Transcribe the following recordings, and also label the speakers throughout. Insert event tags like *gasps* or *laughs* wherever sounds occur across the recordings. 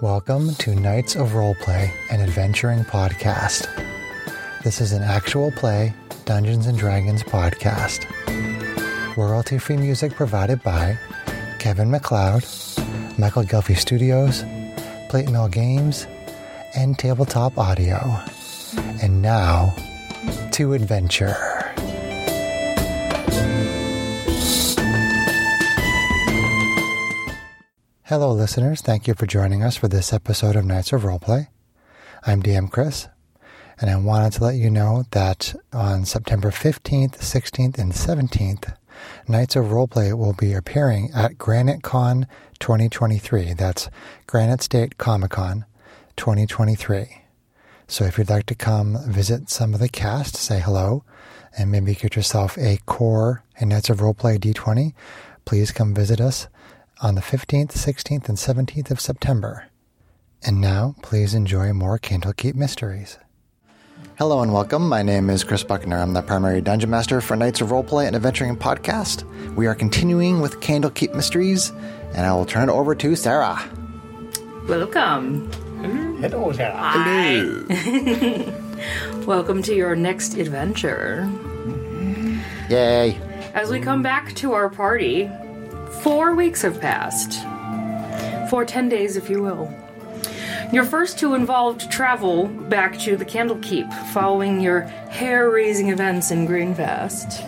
Speaker 1: Welcome to Knights of Roleplay, an adventuring podcast. This is an actual play Dungeons and Dragons podcast. Royalty free music provided by Kevin McLeod, Michael Gelfie Studios, Plate Mill Games, and Tabletop Audio. And now, to adventure. Hello, listeners. Thank you for joining us for this episode of Knights of Roleplay. I'm DM Chris, and I wanted to let you know that on September 15th, 16th, and 17th, Knights of Roleplay will be appearing at Granite Con 2023. That's Granite State Comic Con 2023. So if you'd like to come visit some of the cast, say hello, and maybe get yourself a core and Knights of Roleplay D20, please come visit us on the 15th, 16th, and 17th of September. And now, please enjoy more Candlekeep Mysteries. Hello and welcome. My name is Chris Buckner. I'm the primary dungeon master for Knights of Roleplay and Adventuring Podcast. We are continuing with Candlekeep Mysteries, and I will turn it over to Sarah.
Speaker 2: Welcome.
Speaker 3: Hello, Sarah.
Speaker 2: Welcome to your next adventure.
Speaker 1: Yay!
Speaker 2: As we come back to our party, four weeks have passed. For 10 days, if you will. Your first two involved travel back to the Candlekeep following your hair raising events in Greenfast.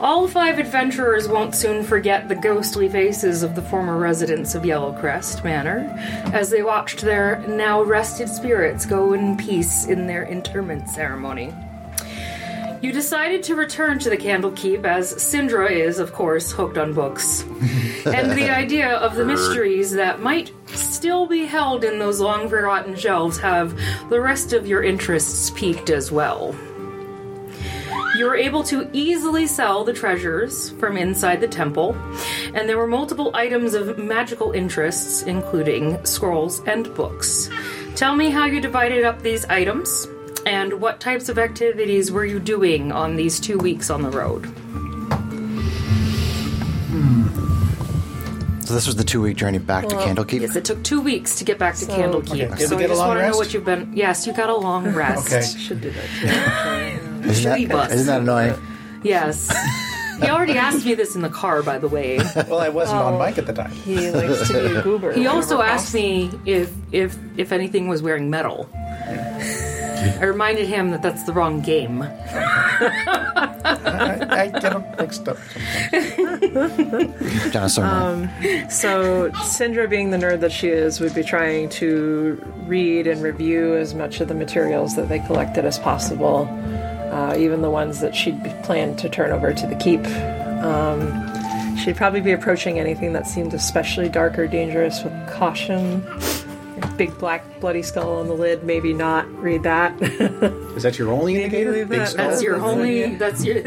Speaker 2: All five adventurers won't soon forget the ghostly faces of the former residents of Yellowcrest Manor as they watched their now rested spirits go in peace in their interment ceremony. You decided to return to the Candlekeep as Syndra is, of course, hooked on books. and the idea of the mysteries that might still be held in those long forgotten shelves have the rest of your interests piqued as well. You were able to easily sell the treasures from inside the temple, and there were multiple items of magical interests, including scrolls and books. Tell me how you divided up these items, and what types of activities were you doing on these two weeks on the road?
Speaker 1: So this was the two-week journey back to Candlekeep.
Speaker 2: Yes, it took two weeks to get back to Candlekeep,
Speaker 3: did we
Speaker 2: so I
Speaker 3: get a
Speaker 2: just
Speaker 3: long
Speaker 2: want to know
Speaker 3: rest?
Speaker 2: what you've been. Yes, you got a long rest.
Speaker 3: *laughs* Okay.
Speaker 4: Should do that. Too.
Speaker 1: Isn't
Speaker 2: should be
Speaker 1: that,
Speaker 2: bus.
Speaker 1: isn't that annoying?
Speaker 2: Yes. *laughs* he already asked me this in the car, by the way.
Speaker 3: Well, I wasn't
Speaker 2: Oh.
Speaker 3: on mic at the
Speaker 4: *laughs*
Speaker 3: time.
Speaker 4: he likes to be a goober.
Speaker 2: He also asked me if if if anything was wearing metal. I reminded him that that's the wrong game.
Speaker 3: I, I get them mixed up.
Speaker 1: Dinosaur man.
Speaker 4: So Syndra, being the nerd that she is, would be trying to read and review as much of the materials that they collected as possible, uh, even the ones that she'd be- planned to turn over to the keep. Um, she'd probably be approaching anything that seemed especially dark or dangerous with caution. Big black bloody skull on the lid, maybe not read that. *laughs*
Speaker 3: Is that your only indicator?
Speaker 4: leave
Speaker 3: Big
Speaker 4: that
Speaker 3: skull?
Speaker 2: That's your
Speaker 4: that's
Speaker 2: only. That's
Speaker 4: *laughs*
Speaker 2: your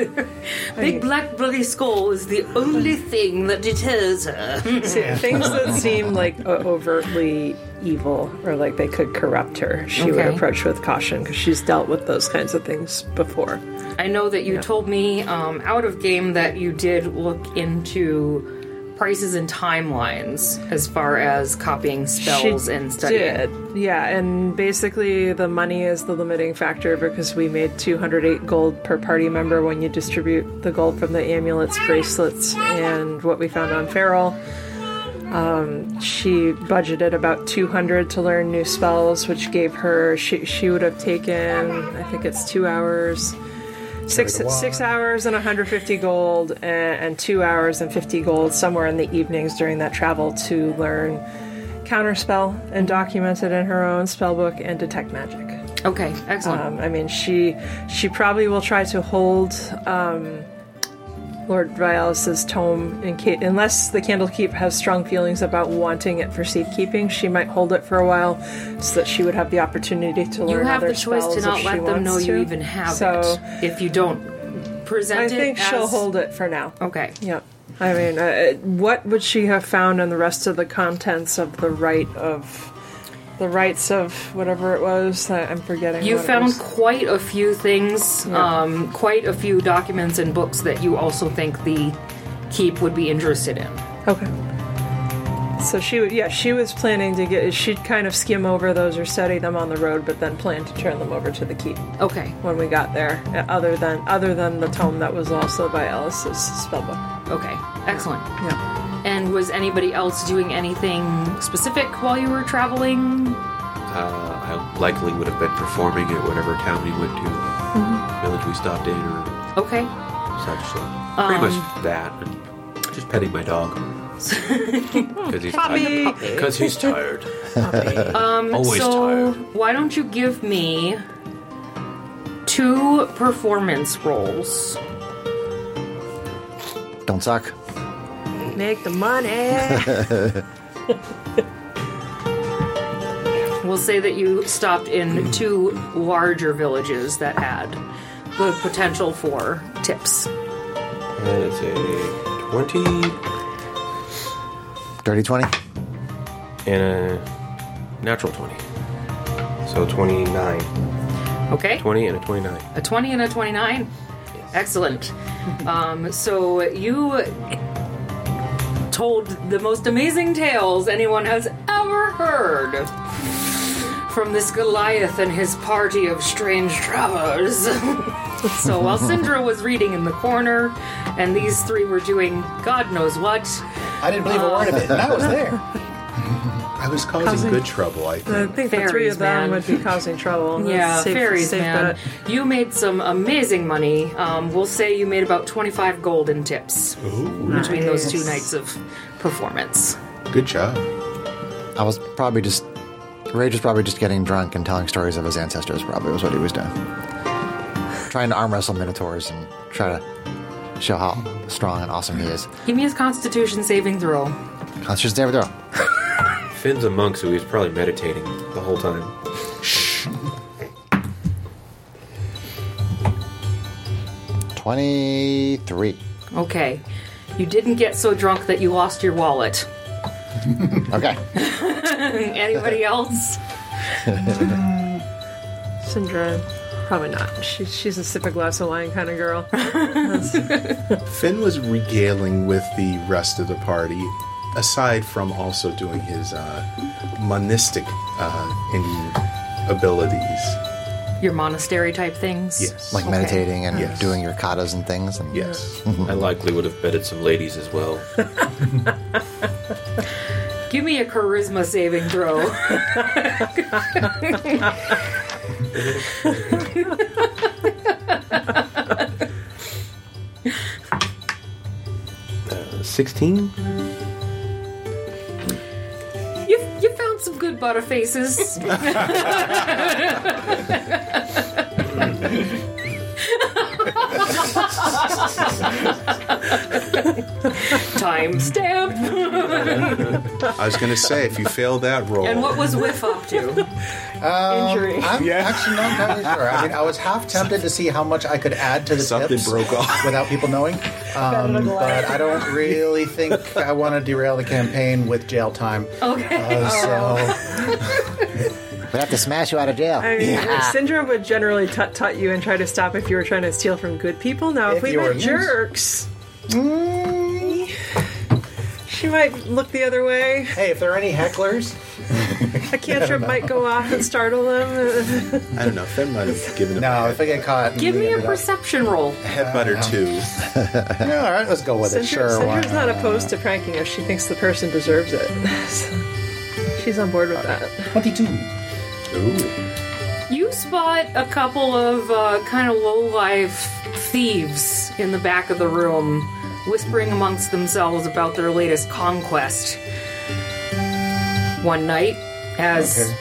Speaker 2: big black bloody skull is the only thing that deters her.
Speaker 4: Th- things that seem like o- overtly evil or like they could corrupt her she would
Speaker 2: Okay.
Speaker 4: approach with caution because she's dealt with those kinds of things before
Speaker 2: I know that you told me um, out of game that you did look into prices and timelines as far as copying spells
Speaker 4: she
Speaker 2: and studying.
Speaker 4: did yeah and basically the money is the limiting factor because we made 208 gold per party member when you distribute the gold from the amulets bracelets and what we found on feral Um, she budgeted about 200 to learn new spells which gave her she, she would have taken i think it's two hours six
Speaker 3: Carried a wand.
Speaker 4: six hours and 150 gold and, and two hours and 50 gold somewhere in the evenings during that travel to learn counterspell and document it in her own spellbook and detect magic
Speaker 2: Okay, excellent.
Speaker 4: um, I mean, she she probably will try to hold um, Lord Vialis's tome in ca- unless the Candlekeep has strong feelings about wanting it for seed keeping. She might hold it for a while so that she would have the opportunity to learn.
Speaker 2: you have
Speaker 4: other
Speaker 2: the choice to
Speaker 4: spells
Speaker 2: not
Speaker 4: if she
Speaker 2: let them know
Speaker 4: wants
Speaker 2: you
Speaker 4: to.
Speaker 2: even have
Speaker 4: So
Speaker 2: it if you don't present
Speaker 4: I
Speaker 2: it.
Speaker 4: think she'll
Speaker 2: as-
Speaker 4: hold it for now.
Speaker 2: Okay.
Speaker 4: Yeah. I mean, uh, uh, what would she have found in the rest of the contents of the right of the rights of whatever it was? I- I'm forgetting.
Speaker 2: You
Speaker 4: what it
Speaker 2: found
Speaker 4: was.
Speaker 2: quite a few things, um, quite a few documents and books that you also think the keep would be interested in.
Speaker 4: Okay. So she, would- yeah, she was planning to get. She'd kind of skim over those or study them on the road, but then plan to turn them over to the keep
Speaker 2: Okay.
Speaker 4: when we got there. uh, Other than other than the tome that was also by Alice's spellbook.
Speaker 2: Okay. Excellent.
Speaker 4: Yeah.
Speaker 2: And was anybody else doing anything specific while you were traveling?
Speaker 5: Uh, I likely would have been performing at whatever town we went to, village we stopped in, or
Speaker 2: Okay.
Speaker 5: such. So pretty much that. And just petting my dog. Because he's tired. Because he's tired. um, *laughs* Always
Speaker 2: so
Speaker 5: tired.
Speaker 2: why don't you give me two performance rolls?
Speaker 4: Um,
Speaker 6: Don't suck.
Speaker 4: Make the money.
Speaker 2: We'll say that you stopped
Speaker 5: Hmm.
Speaker 2: in two larger villages that had the potential for tips.
Speaker 5: That is a 20
Speaker 6: Dirty 20.
Speaker 5: and a natural 20. So 29.
Speaker 2: Okay?
Speaker 5: 20 and a 29.
Speaker 2: A 20 and a 29. Excellent. Um, so you told the most amazing tales anyone has ever heard from this Goliath and his party of strange travelers. *laughs* so while Syndra was reading in the corner, and these three were doing God knows what,
Speaker 3: I didn't believe a word of it, and
Speaker 2: *laughs*
Speaker 3: I was there.
Speaker 7: I was causing, good trouble,
Speaker 4: *laughs*
Speaker 7: I
Speaker 4: I
Speaker 7: think.
Speaker 4: think the three
Speaker 2: Fairies,
Speaker 4: of
Speaker 2: man.
Speaker 4: them would be causing trouble.
Speaker 2: yeah,
Speaker 4: That's safe-
Speaker 2: fairies,
Speaker 4: safe
Speaker 2: man.
Speaker 4: bet.
Speaker 2: You made some amazing money. Um, we'll say you made about 25 gold in tips between those two
Speaker 4: Nice.
Speaker 2: nights of performance.
Speaker 7: Good job.
Speaker 6: I was probably just. Rage was probably just getting drunk and telling stories of his ancestors, probably was what he was doing. Trying to arm wrestle minotaurs and try to show how strong and awesome he is.
Speaker 2: Give me his constitution saving throw.
Speaker 6: Constitution saving throw.
Speaker 5: Finn's a monk, so he's probably meditating the whole time.
Speaker 6: Twenty-three.
Speaker 2: Okay. You didn't get so drunk that you lost your wallet. *laughs*
Speaker 6: Okay.
Speaker 4: *laughs*
Speaker 2: Anybody else?
Speaker 4: Syndra, probably not. She, she's a sip a glass of wine kind of
Speaker 3: *laughs*
Speaker 4: girl.
Speaker 7: Finn was regaling with the rest of the party, aside from also doing his uh, monistic uh, in abilities.
Speaker 2: Your monastery type things?
Speaker 7: Yes.
Speaker 6: Like meditating and
Speaker 7: Yes.
Speaker 6: doing your katas and things. And
Speaker 7: yes.
Speaker 5: I likely would have bedded some ladies as well.
Speaker 2: Give me a charisma saving *laughs* throw.
Speaker 5: Uh, 16?
Speaker 2: you, you found some good butter faces. Time stamp.
Speaker 7: *laughs* I was going to say, if you fail that roll,
Speaker 2: And what was Whiff up to?
Speaker 3: Um,
Speaker 4: Injury.
Speaker 3: I'm actually not entirely sure. I mean, I was half tempted to see how much I could add to the
Speaker 7: Something
Speaker 3: tips
Speaker 7: broke off.
Speaker 3: without people knowing, um, but I don't
Speaker 2: *laughs*
Speaker 3: really think I want to derail the campaign with jail time.
Speaker 2: Okay.
Speaker 3: Uh, so
Speaker 6: We have to smash you out of jail.
Speaker 4: I mean, Syndra would generally tut tut you and try to stop if you were trying to steal from good people. Now, if,
Speaker 3: If
Speaker 4: we
Speaker 3: you
Speaker 4: were
Speaker 3: were- Mm.
Speaker 4: jerks, she might look the other way.
Speaker 3: hey, if there are any hecklers,
Speaker 4: A
Speaker 3: *laughs*
Speaker 4: cantrip might go off and startle them.
Speaker 7: I don't know. Finn might have given him
Speaker 3: no,
Speaker 7: a
Speaker 3: if I get caught, and
Speaker 2: Give
Speaker 3: we
Speaker 2: me a
Speaker 3: ended up-
Speaker 2: perception roll.
Speaker 7: head butter too.
Speaker 3: Yeah, all right, let's go with it.
Speaker 4: Syndra,
Speaker 3: Sure, why
Speaker 4: Syndra's
Speaker 3: not?
Speaker 4: not opposed to pranking if she thinks the person deserves it. *laughs* She's on board with that.
Speaker 3: twenty-two.
Speaker 2: You spot a couple of uh, kind of low-life thieves in the back of the room, whispering amongst themselves about their latest conquest. One night, as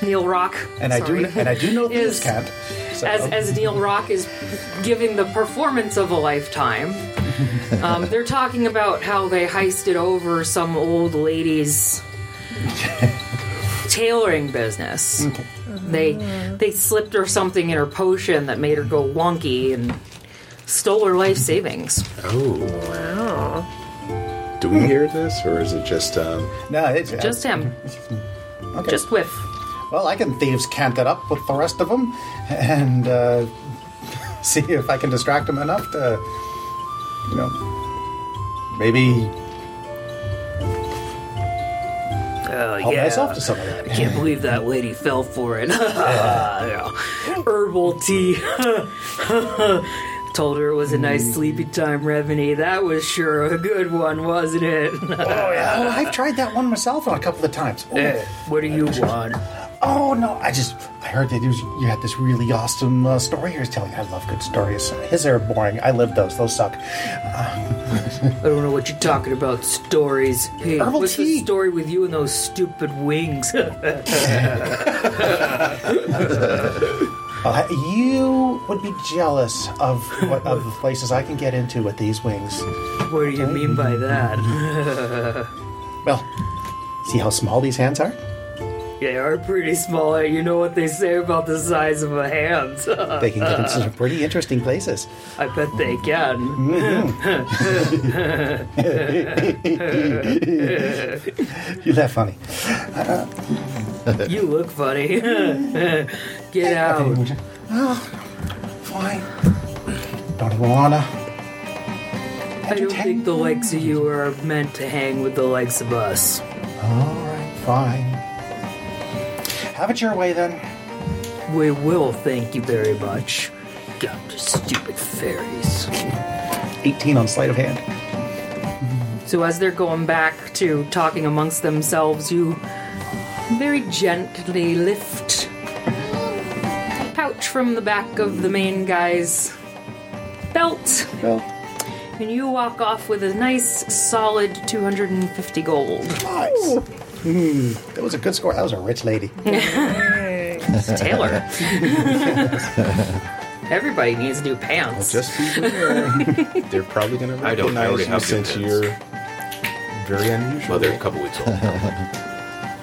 Speaker 2: Neil Rock,
Speaker 3: And I do,
Speaker 2: sorry,
Speaker 3: and I
Speaker 2: *laughs*
Speaker 3: do know
Speaker 2: Is-
Speaker 3: these can't. So,
Speaker 2: as as Neil Rock is giving the performance of a lifetime, um, they're talking about how they heisted over some old lady's tailoring business. They they slipped her something in her potion that made her go wonky and stole her life savings.
Speaker 7: Oh,
Speaker 4: Oh,
Speaker 7: do we hear this, or is it just? Um,
Speaker 3: no, it's
Speaker 2: Just him.
Speaker 3: Okay.
Speaker 2: Just whiff.
Speaker 3: Well, I can thieves cant it up with the rest of them, and uh, *laughs* see if I can distract them enough to, you know, maybe
Speaker 2: Oh,
Speaker 3: help
Speaker 2: yeah.
Speaker 3: myself to some of
Speaker 2: I
Speaker 3: that.
Speaker 2: can't believe that lady fell for it. *laughs* Yeah. Herbal tea. *laughs* Told her it was a nice sleepy time remedy. That was sure a good one, wasn't it?
Speaker 3: Oh, I've tried that one myself a couple of times. Oh,
Speaker 2: Eh, what do you want?
Speaker 3: oh, no, I just I heard that you you had this really awesome uh, story you was telling. I love good stories. His are boring. I live those. Those suck.
Speaker 2: I don't know what you're talking about. Stories. Hey,
Speaker 3: Herbal
Speaker 2: what's
Speaker 3: tea.
Speaker 2: the story with you and those stupid wings? *laughs*
Speaker 3: Uh, you would be jealous of what of the places I can get into with these wings.
Speaker 2: what do you mean by *laughs* that?
Speaker 3: Well, see how small these hands are.
Speaker 2: They are pretty small. You know what they say about the size of a hand. *laughs*
Speaker 3: They can get into some pretty interesting places.
Speaker 2: I bet they *laughs* can.
Speaker 3: You that funny?
Speaker 2: You look funny. *laughs* Get out.
Speaker 3: Well, Oh, fine. Don't wanna.
Speaker 2: I don't think the likes of you are meant to hang with the likes of us.
Speaker 3: All right, fine. Have it your way then.
Speaker 2: We will thank you very much. God, the stupid fairies.
Speaker 3: 18 on sleight of hand.
Speaker 2: So as they're going back to talking amongst themselves, you very gently lift a pouch from the back of the main guy's belt,
Speaker 3: Well,
Speaker 2: and you walk off with a nice, solid 250 gold.
Speaker 3: nice. that was a good score. That was a
Speaker 4: *laughs*
Speaker 3: rich lady.
Speaker 2: It's Taylor. *laughs* Everybody needs new pants.
Speaker 7: Just
Speaker 5: *laughs*
Speaker 7: beware. They're probably going to
Speaker 5: I don't- I already
Speaker 7: recognize you
Speaker 5: have
Speaker 7: since
Speaker 5: good
Speaker 7: you're very unusual.
Speaker 5: Mother, a couple weeks old.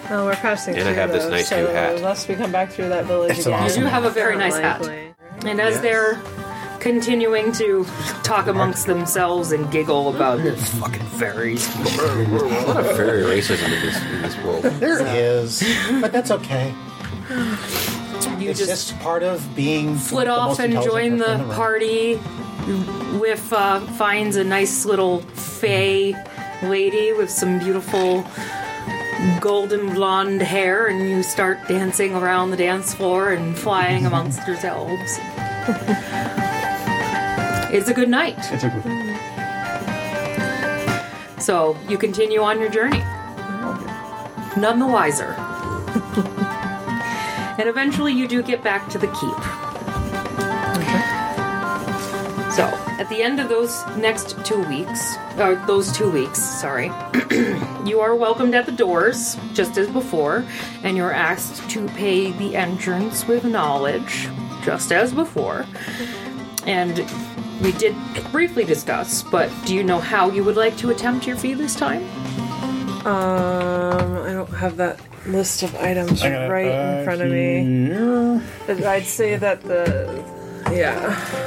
Speaker 4: Well, we're passing
Speaker 5: And I
Speaker 4: through
Speaker 5: have this
Speaker 4: those,
Speaker 5: nice
Speaker 4: so
Speaker 5: new hat.
Speaker 4: unless we come back through that village
Speaker 3: It's an
Speaker 4: again.
Speaker 3: awesome You do
Speaker 2: have a very nice hat.
Speaker 4: Likely.
Speaker 2: And as
Speaker 5: Yes.
Speaker 2: they're continuing to talk amongst themselves and giggle about the fucking fairies.
Speaker 5: A lot of fairy racism in this, in this world.
Speaker 3: There is, but that's
Speaker 4: *sighs*
Speaker 3: okay.
Speaker 2: You
Speaker 3: It's just, part of being.
Speaker 2: split off and join the party. With uh, finds a nice little fey lady with some beautiful golden blonde hair, and you start dancing around the dance floor and flying
Speaker 3: *laughs*
Speaker 2: amongst yourselves. it's a good night.
Speaker 3: It's a good.
Speaker 2: So you continue on your journey. None the wiser.
Speaker 3: *laughs*
Speaker 2: and eventually you do get back to the keep. So at the end of those next two weeks, or those two weeks, sorry, *clears throat* you are welcomed at the doors, just as before, and you're asked to pay the entrance with knowledge, just as before. And we did briefly discuss, but do you know how you would like to attempt your fee this time?
Speaker 4: Um, I don't have that list of items right in front of me. But I'd say that the yeah.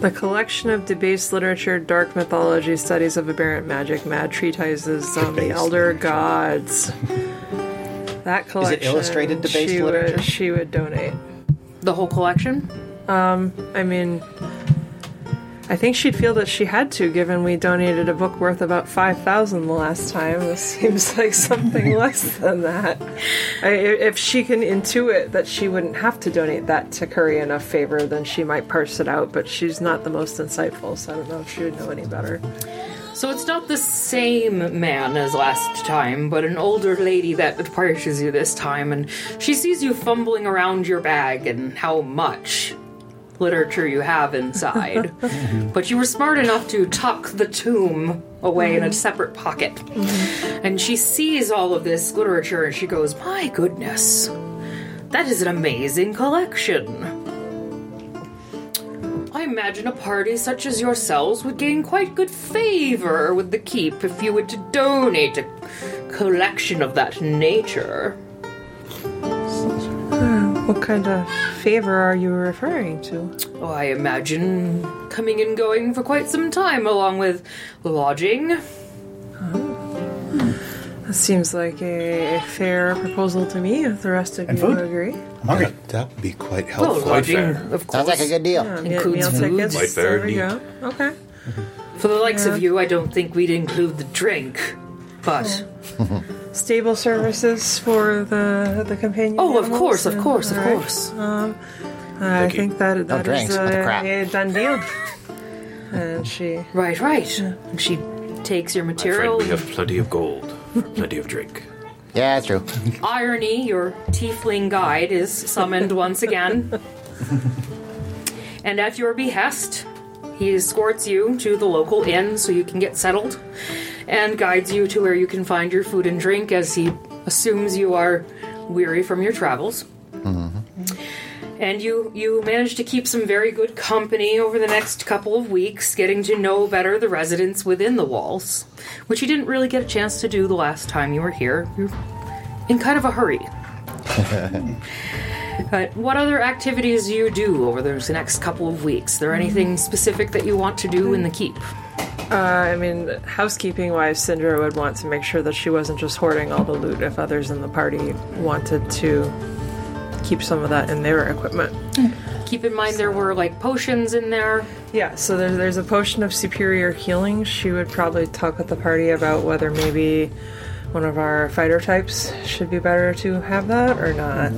Speaker 4: The collection of debased literature, dark mythology, studies of aberrant magic, mad treatises on the
Speaker 3: Debased
Speaker 4: elder gods. That collection.
Speaker 3: illustrated debased
Speaker 4: she
Speaker 3: literature?
Speaker 4: Would, she would donate.
Speaker 2: The whole collection?
Speaker 4: I mean, I think she'd feel that she had to, given we donated a book worth about five thousand the last time. This seems *laughs* like something less than that. I, if she can intuit that she wouldn't have to donate that to curry enough favor, then she might parse it out. But she's not the most insightful, so I don't know if she would know any better.
Speaker 2: So it's not the same man as last time, but an older lady that approaches you this time, and she sees you fumbling around your bag and how much literature you have inside. but you were smart enough to tuck the tomb away in a separate pocket. And she sees all of this literature and she goes, My goodness, that is an amazing collection. I imagine a party such as yourselves would gain quite good favor with the keep if you were to donate a collection of that nature.
Speaker 4: What kind of favor are you referring to?
Speaker 2: Oh, I imagine coming and going for quite some time, along with lodging.
Speaker 4: That seems like a, a fair proposal to me. If the rest of
Speaker 3: And
Speaker 4: you
Speaker 3: food.
Speaker 4: agree,
Speaker 3: I'm hungry.
Speaker 7: That would be quite
Speaker 2: Well,
Speaker 7: helpful.
Speaker 2: lodging,
Speaker 5: fair.
Speaker 2: of course.
Speaker 6: Sounds like a good deal.
Speaker 4: Get
Speaker 2: Includes
Speaker 4: meal
Speaker 2: food.
Speaker 4: tickets.
Speaker 5: Like
Speaker 4: there
Speaker 5: very
Speaker 4: we go. Okay.
Speaker 2: for the likes of you, I don't think we'd include the drink, but
Speaker 4: stable services for the the companion.
Speaker 2: Oh, of
Speaker 4: animals?
Speaker 2: course, of
Speaker 4: Yeah,
Speaker 2: course, of
Speaker 4: all right.
Speaker 2: course.
Speaker 4: Um, I
Speaker 5: Thank you.
Speaker 4: think that that is
Speaker 6: drinks, what the crap.
Speaker 4: a, a done deal. and she
Speaker 2: Right, right. And she takes your
Speaker 5: My friend,
Speaker 2: material.
Speaker 5: we have plenty of gold for plenty of drink.
Speaker 6: Yeah, that's true.
Speaker 2: Irony, your tiefling guide is summoned once again. and at your behest, he escorts you to the local inn so you can get settled and guides you to where you can find your food and drink as he assumes you are weary from your travels. Mm-hmm. And you, you manage to keep some very good company over the next couple of weeks, getting to know better the residents within the walls, which you didn't really get a chance to do the last time you were here. You in kind of a hurry. *laughs* but what other activities do you do over those next couple of weeks? Is there anything specific that you want to do in the keep?
Speaker 4: uh, I mean, housekeeping wise, Sindra would want to make sure that she wasn't just hoarding all the loot if others in the party wanted to keep some of that in their equipment.
Speaker 2: Keep in mind there were like potions in there.
Speaker 4: Yeah, so there's, there's a potion of superior healing. She would probably talk with the party about whether maybe one of our fighter types should be better to have that or not.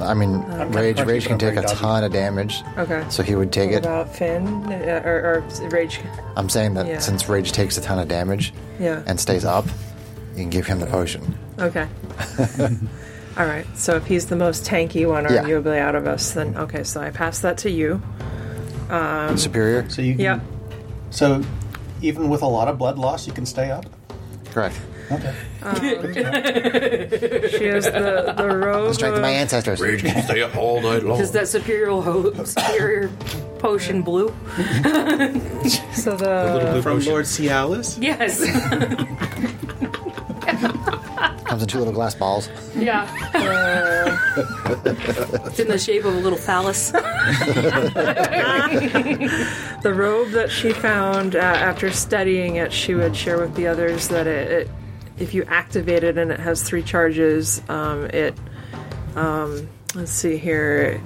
Speaker 6: I mean, rage
Speaker 3: crunchy,
Speaker 6: rage can
Speaker 3: but I'm
Speaker 6: take a
Speaker 3: very dodgy.
Speaker 6: ton of damage.
Speaker 4: Uh, Okay.
Speaker 6: So he would take
Speaker 4: What
Speaker 6: it.
Speaker 4: about Finn Uh, or, or Rage?
Speaker 6: I'm saying that
Speaker 4: Yeah.
Speaker 6: since rage takes a ton of damage
Speaker 4: Yeah.
Speaker 6: and stays up, you can give him the potion.
Speaker 4: Okay. All right. So if he's the most tanky one,
Speaker 6: Yeah.
Speaker 4: arguably out of us, then okay. So I pass that to you.
Speaker 6: Superior.
Speaker 3: So you can,
Speaker 4: Yeah.
Speaker 3: So even with a lot of blood loss, you can stay up.
Speaker 6: Correct.
Speaker 3: Okay.
Speaker 4: She has the the robe.
Speaker 6: Strength of my
Speaker 4: of-
Speaker 6: ancestors.
Speaker 5: Rage can stay up all night long.
Speaker 2: Is that superior ho- superior potion blue?
Speaker 4: So the
Speaker 7: From Lord Cialis?
Speaker 2: Yes.
Speaker 6: Comes in two little glass balls.
Speaker 2: *laughs* yeah. Uh. it's in the shape of a little phallus.
Speaker 4: the robe that she found uh, after studying it, she would share with the others that it, it if you activate it and it has three charges, um, it um, let's see here.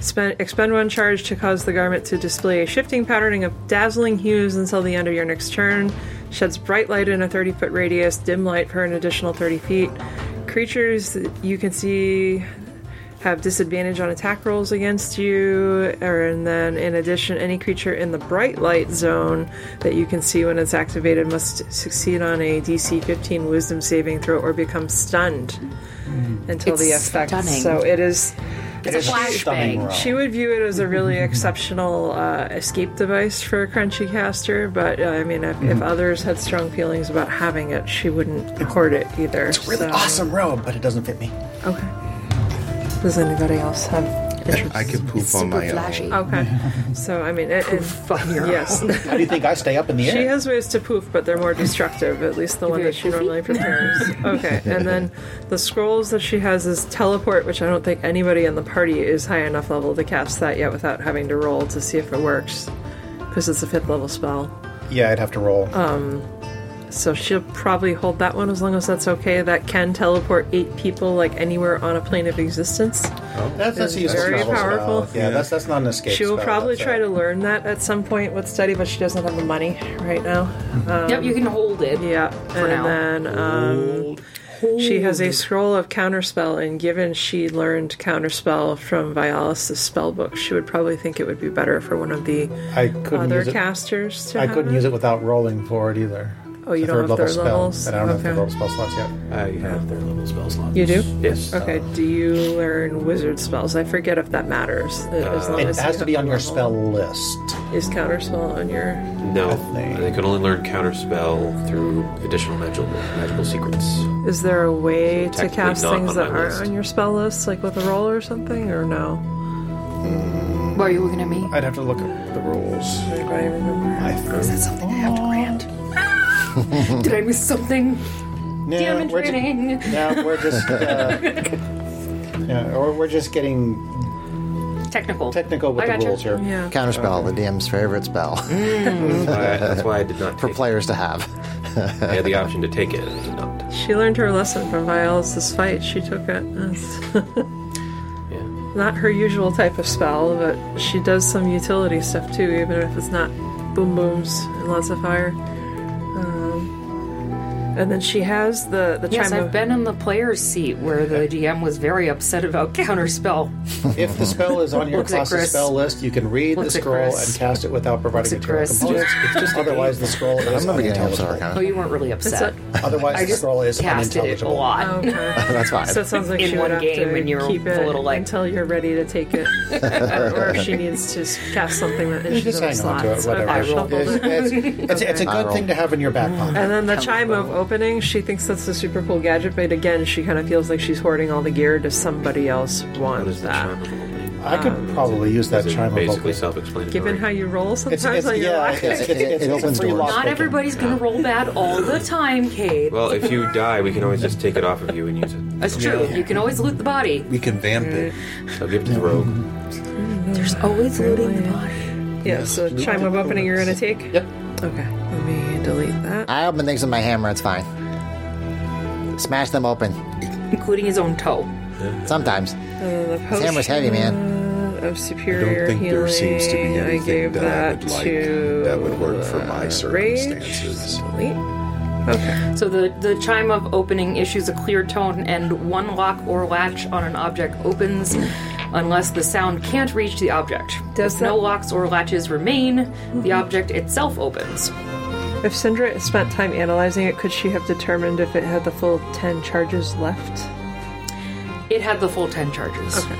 Speaker 4: Spend, expend one charge to cause the garment to display a shifting patterning of dazzling hues until the end of your next turn. Sheds bright light in a 30 foot radius, dim light for an additional 30 feet. Creatures that you can see have disadvantage on attack rolls against you, or, and then in addition, any creature in the bright light zone that you can see when it's activated must succeed on a DC 15 Wisdom saving throw or become stunned until the
Speaker 2: It's
Speaker 4: effect.
Speaker 2: stunning.
Speaker 4: So it is.
Speaker 2: It's a
Speaker 3: Stunning
Speaker 2: flashbang.
Speaker 3: row.
Speaker 4: She would view it as a really
Speaker 3: *laughs*
Speaker 4: exceptional uh, escape device for a crunchy caster, but uh, I mean, if,
Speaker 3: Mm-hmm.
Speaker 4: if others had strong feelings about having it, she wouldn't hoard it either.
Speaker 3: It's a really
Speaker 4: so-
Speaker 3: awesome robe, but it doesn't fit me.
Speaker 4: Okay. Does anybody else have interest?
Speaker 7: I could poop on my own.
Speaker 4: Okay. So, I mean, it, it, yes.
Speaker 3: How do you think I stay up in the
Speaker 4: *laughs* She
Speaker 3: air?
Speaker 4: has ways to poof, but they're more destructive, at least the one
Speaker 2: very
Speaker 4: that she
Speaker 2: poofy?
Speaker 4: normally *laughs* prepares. Okay, and then the scrolls that she has is teleport, which I don't think anybody in the party is high enough level to cast that yet without having to roll to see if it works, because it's a fifth level spell.
Speaker 3: yeah, I'd have to roll.
Speaker 4: Oh, So she'll probably hold that one as long as that's okay. That can teleport eight people, like anywhere on a plane of existence.
Speaker 3: that's that's a useful
Speaker 4: very
Speaker 3: travel
Speaker 4: powerful.
Speaker 3: spell. Yeah, that's that's not an escape.
Speaker 4: She will
Speaker 3: spell,
Speaker 4: probably
Speaker 3: that's
Speaker 4: try
Speaker 3: a-
Speaker 4: to learn that at some point with study, but she doesn't have the money right now.
Speaker 2: yep, you can hold it.
Speaker 4: Yeah, and
Speaker 2: now.
Speaker 4: then um, she has a scroll of counterspell, and given she learned counterspell from Violas' spellbook, she would probably think it would be better for one of the
Speaker 3: I couldn't
Speaker 4: other
Speaker 3: use it.
Speaker 4: casters to
Speaker 3: I
Speaker 4: have
Speaker 3: couldn't use it without rolling for it either.
Speaker 4: Oh, you
Speaker 3: It's a
Speaker 4: don't have
Speaker 3: level
Speaker 4: third
Speaker 3: spell,
Speaker 4: levels?
Speaker 3: And I don't have third
Speaker 4: Okay.
Speaker 3: level spell slots yet.
Speaker 5: I have their level spell slots.
Speaker 4: You do?
Speaker 5: Yes.
Speaker 4: Okay, do you learn wizard spells? I forget if that matters. as long
Speaker 3: Uh, It
Speaker 4: as you
Speaker 3: has to
Speaker 4: have
Speaker 3: be on your
Speaker 4: level.
Speaker 3: spell list.
Speaker 4: Is counterspell on your.
Speaker 5: No,
Speaker 3: think-
Speaker 5: they can only learn counter spell through additional magical magical secrets.
Speaker 4: Is there a way to
Speaker 5: Technically
Speaker 4: cast
Speaker 5: not
Speaker 4: things
Speaker 5: on
Speaker 4: that
Speaker 5: my
Speaker 4: aren't
Speaker 5: list.
Speaker 4: on your spell list, like with a roll or something, or no?
Speaker 2: Why are you looking at me?
Speaker 3: I'd have to look at the rules.
Speaker 4: Anybody remember?
Speaker 3: I think.
Speaker 2: Something I have to grant. Did I miss something?
Speaker 3: No,
Speaker 2: Damn it,
Speaker 3: we're ju-
Speaker 2: training.
Speaker 3: no, we're just.
Speaker 2: *laughs*
Speaker 3: Uh, yeah, or we're just getting
Speaker 2: Technical.
Speaker 3: technical with
Speaker 2: I
Speaker 3: the
Speaker 2: gotcha.
Speaker 3: rules here.
Speaker 4: Yeah.
Speaker 6: Counterspell, the DM's favorite spell
Speaker 5: That's why I, that's why I did not
Speaker 6: for
Speaker 5: take
Speaker 6: players to have.
Speaker 5: it. I had the option to take it and I did not.
Speaker 4: She learned her lesson from Violas' fight. She took it. *laughs* That's
Speaker 5: Yeah.
Speaker 4: not her usual type of spell, but she does some utility stuff too, even if it's not boom booms and lots of fire. Um, And then she has the the
Speaker 2: Yes,
Speaker 4: chime
Speaker 2: I've
Speaker 4: of-
Speaker 2: been in the player's seat where the DM was very upset about *laughs* counterspell.
Speaker 3: If the spell is on your
Speaker 2: Looks at
Speaker 3: class's
Speaker 2: Chris.
Speaker 3: spell list, you can read the
Speaker 2: Looks at
Speaker 3: scroll
Speaker 2: Chris.
Speaker 3: and cast it without providing
Speaker 2: at
Speaker 3: material
Speaker 2: Chris.
Speaker 3: components.
Speaker 2: Just-
Speaker 3: It's just
Speaker 2: *laughs*
Speaker 3: otherwise the scroll is
Speaker 6: I'm not getting upset.
Speaker 3: unintelligible.
Speaker 2: Oh,
Speaker 6: Kind
Speaker 2: you weren't really upset. I
Speaker 3: Otherwise the
Speaker 2: just
Speaker 3: scroll is
Speaker 2: casted it a
Speaker 3: unintelligible.
Speaker 2: lot.
Speaker 4: Oh, Okay.
Speaker 6: That's fine.
Speaker 4: So it sounds like
Speaker 2: In
Speaker 4: she
Speaker 2: one
Speaker 4: would have
Speaker 2: game
Speaker 4: to
Speaker 2: and you're
Speaker 4: keep
Speaker 2: a
Speaker 4: it
Speaker 2: little, like-
Speaker 4: until you're ready to take it, or if she needs to cast something that issues
Speaker 3: Just
Speaker 4: her
Speaker 3: hang on
Speaker 4: slot.
Speaker 3: to it,
Speaker 4: So if
Speaker 3: whatever.
Speaker 4: I
Speaker 3: It's,
Speaker 4: shuffled it-
Speaker 3: it's- it's- it's a
Speaker 6: I
Speaker 3: good
Speaker 6: roll.
Speaker 3: thing to have in your back pocket.
Speaker 4: And then the chime of opening, she thinks that's a super cool gadget, but again, she kind of feels like she's hoarding all the gear. Does somebody else want
Speaker 5: What is the
Speaker 4: that?
Speaker 5: charm of opening?
Speaker 3: I could probably use that
Speaker 5: Is it
Speaker 3: chime of
Speaker 5: basically
Speaker 3: opening.
Speaker 5: self-explanatory.
Speaker 4: Given how you roll sometimes
Speaker 3: It's, it's,
Speaker 4: on your
Speaker 3: yeah,
Speaker 4: luck.
Speaker 3: it's, it's, it's,
Speaker 6: It- it
Speaker 3: it's a
Speaker 6: opens
Speaker 3: free
Speaker 6: doors.
Speaker 3: lock
Speaker 2: Not
Speaker 3: picking.
Speaker 2: everybody's going to roll bad all the time, Cade.
Speaker 5: well, if you die, we can always just take it off of you and use it.
Speaker 2: That's true. You can always loot the body.
Speaker 8: We can vamp it.
Speaker 5: So give it to the rogue.
Speaker 2: There's always looting the body.
Speaker 4: Yeah, so chime of opening you're going to take?
Speaker 3: Yep.
Speaker 4: Okay, let me delete that.
Speaker 6: I open things with my hammer. It's fine. Smash them open.
Speaker 2: including his own toe.
Speaker 6: Sometimes.
Speaker 4: And the
Speaker 6: This
Speaker 4: potion
Speaker 6: hammer's heavy, man.
Speaker 4: of
Speaker 7: I
Speaker 4: superior
Speaker 7: don't think
Speaker 4: healing.
Speaker 7: there seems to be
Speaker 4: I
Speaker 7: anything
Speaker 4: gave
Speaker 7: that, I
Speaker 4: that,
Speaker 7: would like
Speaker 4: to
Speaker 7: that would work for my
Speaker 4: uh,
Speaker 7: circumstances.
Speaker 4: Rage. Okay.
Speaker 2: So the, the chime of opening issues a clear tone, and one lock or latch on an object opens unless the sound can't reach the object.
Speaker 4: Does
Speaker 2: if no
Speaker 4: that- Mm-hmm.
Speaker 2: locks or latches remain, the object itself opens.
Speaker 4: If Syndra spent time analyzing it, could she have determined if it had the full ten charges left?
Speaker 2: It had the full 10 charges. Okay.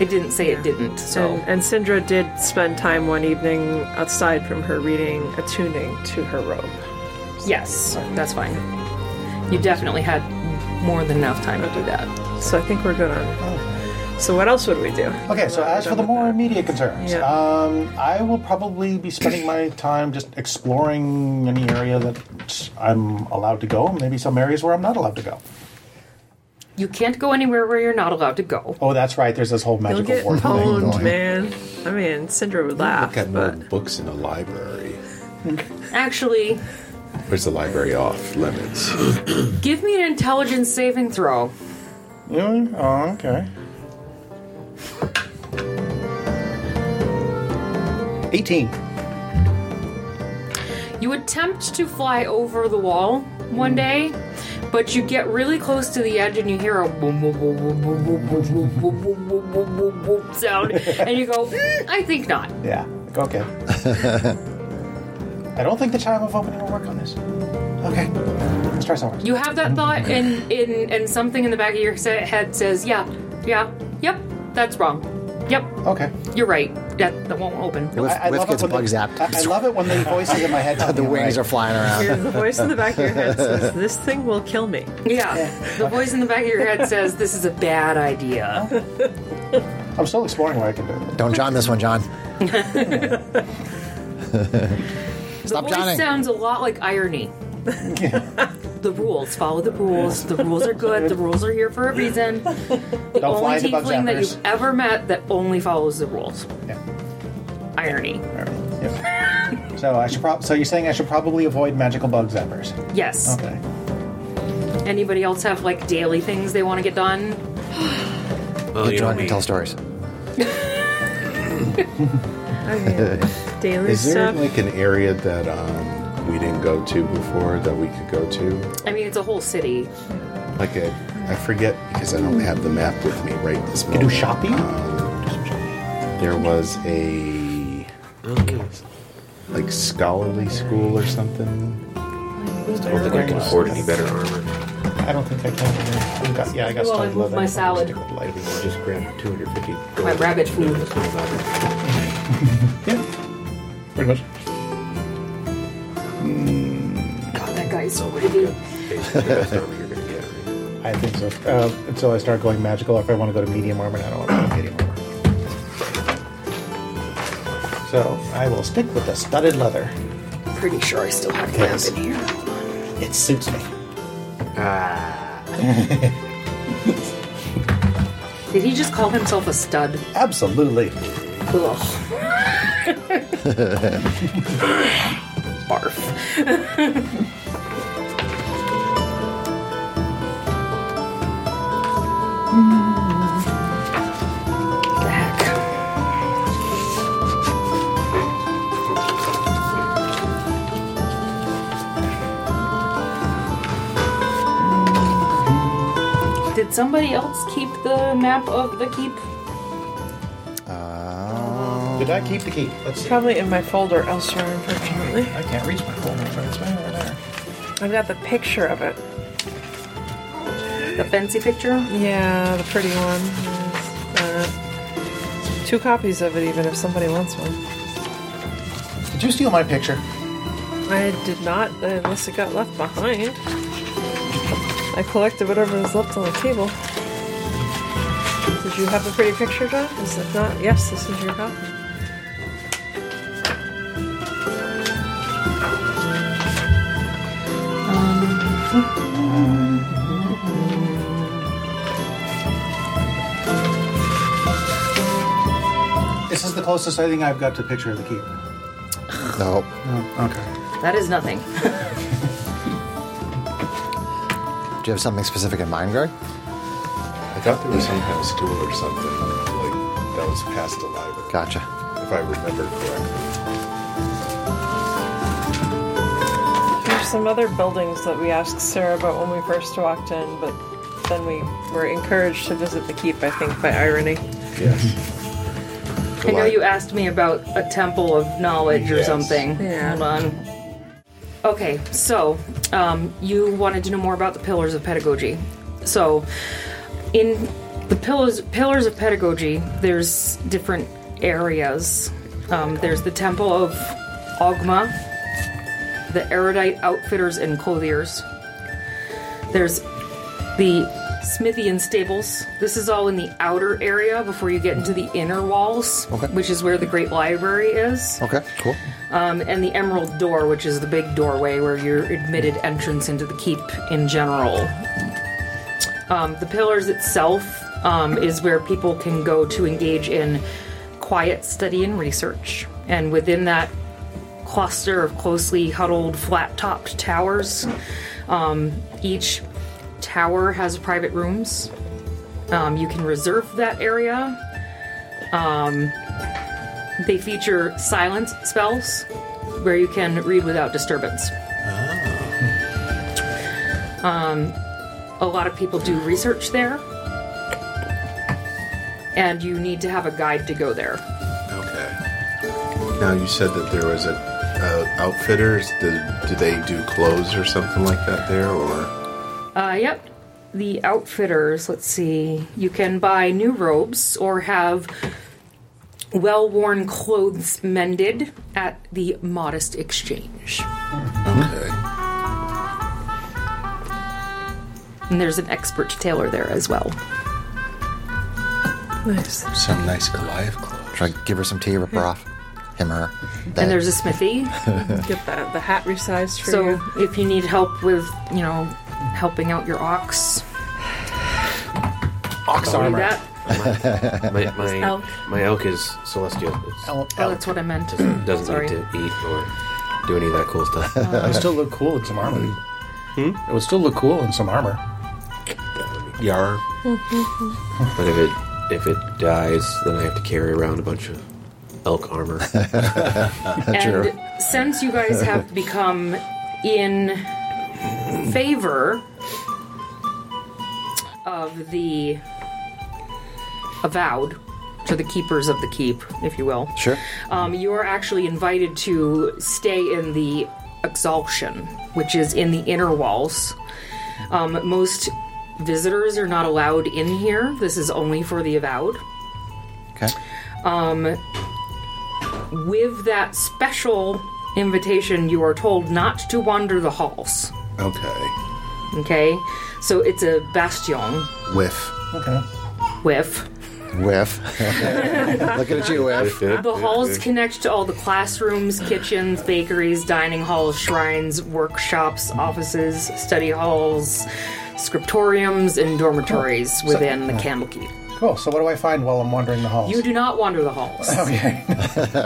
Speaker 2: It didn't say it didn't, so.
Speaker 4: And, and Syndra did spend time one evening aside from her reading, attuning to her robe.
Speaker 2: yes, that's fine. You definitely had more than enough time to do that.
Speaker 4: So I think we're good on. So what else would we do?
Speaker 3: Okay, so as for the more immediate concerns,
Speaker 4: Yeah.
Speaker 3: um, I will probably be spending my time just exploring any area that I'm allowed to go, maybe some areas where I'm not allowed to go.
Speaker 2: You can't go anywhere where you're not allowed to go.
Speaker 3: Oh, that's right, there's this whole
Speaker 4: You'll
Speaker 3: magical
Speaker 4: get
Speaker 3: word thing.
Speaker 4: pwned, man. I mean, Syndra would laugh,
Speaker 7: Got more
Speaker 4: but
Speaker 7: books in a library.
Speaker 2: Actually,
Speaker 7: Where's the library off limits?
Speaker 2: give me an intelligence saving throw.
Speaker 3: Really? Oh, okay. 18.
Speaker 2: You attempt to fly over the wall one day, but you get really close to the edge and you hear a boom, boom, boom, boom, boom, boom, boom, boom, boom, boom, boom, boom, boom, boom sound, and you go, "Mm, I think not.
Speaker 3: Yeah,
Speaker 6: *laughs*
Speaker 3: okay. I don't think the time of opening will work on this. Okay, let's try somewhere.
Speaker 2: You have that thought,
Speaker 3: Mm-hmm.
Speaker 2: and in and something in the back of your se- head says, "Yeah, yeah, yep, that's wrong. Yep,
Speaker 3: Okay.
Speaker 2: you're right. That that won't open."
Speaker 6: With, with
Speaker 3: it
Speaker 6: gets
Speaker 3: when
Speaker 6: bug
Speaker 3: the,
Speaker 6: zapped.
Speaker 3: I, I love it
Speaker 6: *laughs*
Speaker 3: when the voices in my head tell
Speaker 6: the
Speaker 3: me I'm
Speaker 6: wings
Speaker 3: right.
Speaker 6: are flying around.
Speaker 4: here's the voice in the back of your head
Speaker 3: *laughs*
Speaker 4: says, "This thing will kill me."
Speaker 2: Yeah, the voice in the back of your head says, "This is a bad idea."
Speaker 3: I'm still exploring what I can do.
Speaker 6: Don't John this one, John.
Speaker 2: The
Speaker 6: Stop
Speaker 2: voice
Speaker 6: Johnning.
Speaker 2: sounds a lot like
Speaker 3: *laughs*
Speaker 2: irony. The rules. Follow the rules. The rules are good. The rules are here for a reason. The
Speaker 3: Don't
Speaker 2: only
Speaker 3: fly into bug
Speaker 2: tiefling that
Speaker 3: zappers.
Speaker 2: you've ever met that only follows the rules.
Speaker 3: Yeah.
Speaker 2: Irony.
Speaker 3: Yeah. So I should. Prob- so you're saying I should probably avoid magical bug zappers?
Speaker 2: Yes.
Speaker 3: Okay.
Speaker 2: Anybody else have like daily things they want to get done?
Speaker 5: Well,
Speaker 6: Get
Speaker 5: you know
Speaker 6: drunk and
Speaker 5: me.
Speaker 6: tell stories.
Speaker 4: I mean, daily
Speaker 7: Is there
Speaker 4: stuff.
Speaker 7: like an area that um, we didn't go to before that we could go to?
Speaker 2: I mean, it's a whole city.
Speaker 7: Like a, I forget because I don't have the map with me right this moment.
Speaker 3: do shopping?
Speaker 7: There was a like scholarly school or something.
Speaker 5: I don't think I can afford any better armor.
Speaker 3: I don't think I can. I got, yeah, I got
Speaker 2: Well, I
Speaker 3: stunned
Speaker 2: moved
Speaker 3: leather.
Speaker 2: my
Speaker 3: I'm
Speaker 2: salad.
Speaker 3: stick with
Speaker 5: I
Speaker 3: light.
Speaker 5: think I just grabbed 250 gold.
Speaker 2: My rabbit food.
Speaker 5: That's not bad.
Speaker 3: Yeah. Pretty much.
Speaker 2: God, that guy is so pretty.
Speaker 5: It's the best armor you're gonna get. right?
Speaker 3: I think so. Uh, until I start going magical, if I want to go to medium armor, I don't want to go to medium armor. So I will stick with the studded leather.
Speaker 2: Pretty sure I still have
Speaker 3: Yes.
Speaker 2: lamp in here. Ah.
Speaker 3: It suits me.
Speaker 2: *laughs* Did he just call himself a stud?
Speaker 3: Absolutely.
Speaker 2: Ugh. somebody else keep the map of the keep?
Speaker 3: Did I keep the key? Let's see.
Speaker 4: Probably in my folder elsewhere, unfortunately.
Speaker 3: I can't reach my phone, but it's way over there.
Speaker 4: I've got the picture of it.
Speaker 2: The fancy picture?
Speaker 4: Yeah, the pretty one. Yes, uh, two copies of it, even if somebody wants one.
Speaker 3: Did you steal my picture?
Speaker 4: I did not, uh, unless it got left behind. I collected whatever was left on the table. Did you have a pretty picture, John? Is it not? Yes, this is your copy.
Speaker 3: This is the closest I think I've got to a picture of the key.
Speaker 6: No.
Speaker 3: Okay.
Speaker 2: That is nothing.
Speaker 6: Do you have something specific in mind, Greg?
Speaker 7: I thought there was some kind of school or something like that was past the library,
Speaker 6: Gotcha.
Speaker 7: if I remember correctly.
Speaker 4: There's some other buildings that we asked Sarah about when we first walked in, but then we were encouraged to visit the keep, I think, by irony.
Speaker 7: Yes.
Speaker 2: I know you asked me about a temple of knowledge or
Speaker 7: Yes.
Speaker 2: something.
Speaker 4: Yeah.
Speaker 2: Hold on. Okay, so um, you wanted to know more about the pillars of pedagogy. So, in the pillars pillars of pedagogy, there's different areas. Um, there's the temple of Ogma, the erudite outfitters and clothiers. There's the smithy and stables. This is all in the outer area before you get into the inner walls,
Speaker 6: Okay.
Speaker 2: which is where the great library is,
Speaker 6: Okay, cool.
Speaker 2: um, and the emerald door, which is the big doorway where your admitted entrance into the keep in general. Um, the pillars itself um, is where people can go to engage in quiet study and research, and within that cluster of closely huddled, flat topped towers. Um, each tower has private rooms. Um, you can reserve that area. Um, they feature silence spells where you can read without disturbance. Um, a lot of people do research there, and you need to have a guide to go there.
Speaker 7: Okay. Now you said that there was a uh, outfitters. Do, do they do clothes or something like that there, or
Speaker 2: Uh, yep. The outfitters, let's see. You can buy new robes or have well worn clothes mended at the modest exchange.
Speaker 7: okay?
Speaker 2: And there's an expert tailor there as well.
Speaker 4: Nice.
Speaker 7: Some nice Goliath clothes.
Speaker 6: Try to give her some tea, rip her off. Him or her.
Speaker 2: Hmm. And there's a smithy.
Speaker 4: Get that the hat resized for
Speaker 2: so
Speaker 4: you.
Speaker 2: if you need help with, you know, helping out your ox,
Speaker 5: Ox
Speaker 2: do
Speaker 5: armor.
Speaker 2: that.
Speaker 5: My, my,
Speaker 2: Elk.
Speaker 5: my elk is celestial. It's,
Speaker 3: Elk.
Speaker 2: Oh, that's what I meant.
Speaker 5: doesn't doesn't
Speaker 2: Sorry.
Speaker 5: need to eat or do any of that cool
Speaker 2: *laughs*
Speaker 5: stuff.
Speaker 3: It would Uh, still look cool in some armor. It would still look cool in some armor.
Speaker 7: Yar.
Speaker 5: But if it if it dies, then I have to carry around a bunch of elk
Speaker 2: *laughs*
Speaker 5: armor.
Speaker 2: And since you guys have become in favor of the avowed, to the keepers of the keep, if you will,
Speaker 6: Sure.
Speaker 2: um, you are actually invited to stay in the exaltion, which is in the inner walls. Um, most visitors are not allowed in here. This is only for the avowed.
Speaker 6: Okay.
Speaker 2: With that special invitation, you are told not to wander the halls.
Speaker 7: Okay.
Speaker 2: Okay, so it's a bastion
Speaker 6: Whiff.
Speaker 3: Okay.
Speaker 2: with. *laughs*
Speaker 6: Whiff. Looking at you, Whiff.
Speaker 2: The halls connect to all the classrooms, kitchens, bakeries, dining halls, shrines, workshops, offices, study halls, scriptoriums, and dormitories within the Candlekeep.
Speaker 3: Cool. So what do I find while I'm wandering the halls?
Speaker 2: You do not wander the halls
Speaker 3: Okay. *laughs*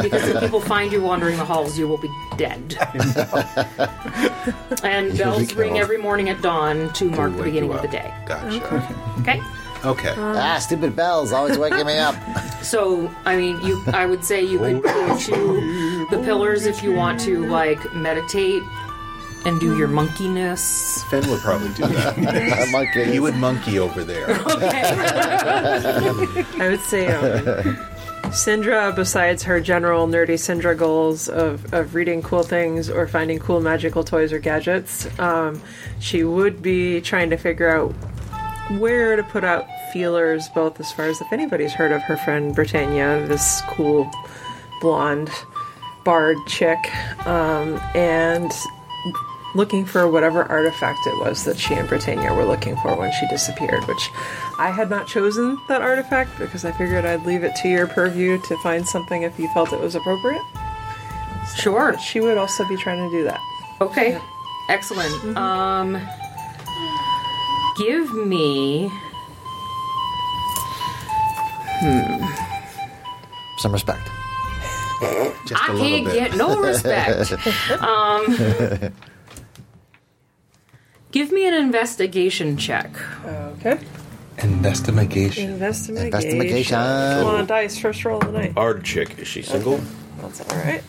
Speaker 2: because if people find you wandering the halls, you will be
Speaker 7: *laughs*
Speaker 2: dead. and bells ring
Speaker 6: killed.
Speaker 2: every morning at dawn to mark the
Speaker 7: Wake
Speaker 2: beginning
Speaker 7: you
Speaker 2: of the
Speaker 7: up.
Speaker 2: day. Uh,
Speaker 7: Gotcha.
Speaker 2: Okay.
Speaker 7: Okay.
Speaker 6: Ah, stupid bells always waking me up.
Speaker 2: So, I mean, you. I would
Speaker 7: Oh.
Speaker 2: say you could go to the pillars if you want to, like meditate, and do your monkiness.
Speaker 7: Finn would probably do
Speaker 2: *laughs*
Speaker 7: that.
Speaker 6: I might get
Speaker 7: he
Speaker 6: it.
Speaker 7: would monkey over there.
Speaker 2: Okay.
Speaker 4: I would say um, Syndra, besides her general nerdy Syndra goals of, of reading cool things or finding cool magical toys or gadgets, um, she would be trying to figure out where to put out feelers, both as far as if anybody's heard of her friend Britannia, this cool blonde bard chick, um, and looking for whatever artifact it was that she and Britannia were looking for when she disappeared, which I had not chosen that artifact because I figured I'd leave it to your purview to find something if you felt it was appropriate.
Speaker 2: sure.
Speaker 4: She would also be trying to do that.
Speaker 2: Okay. Excellent. Um give me
Speaker 6: some respect.
Speaker 7: Just a
Speaker 2: I
Speaker 7: little
Speaker 2: can't
Speaker 7: bit.
Speaker 2: get no
Speaker 7: *laughs*
Speaker 2: respect. um Give me an investigation check.
Speaker 4: Okay.
Speaker 5: Investigation.
Speaker 4: Investigation.
Speaker 6: Investigation.
Speaker 4: Come on, dice. First roll of the night.
Speaker 5: Art chick. Is she single?
Speaker 4: That's all right.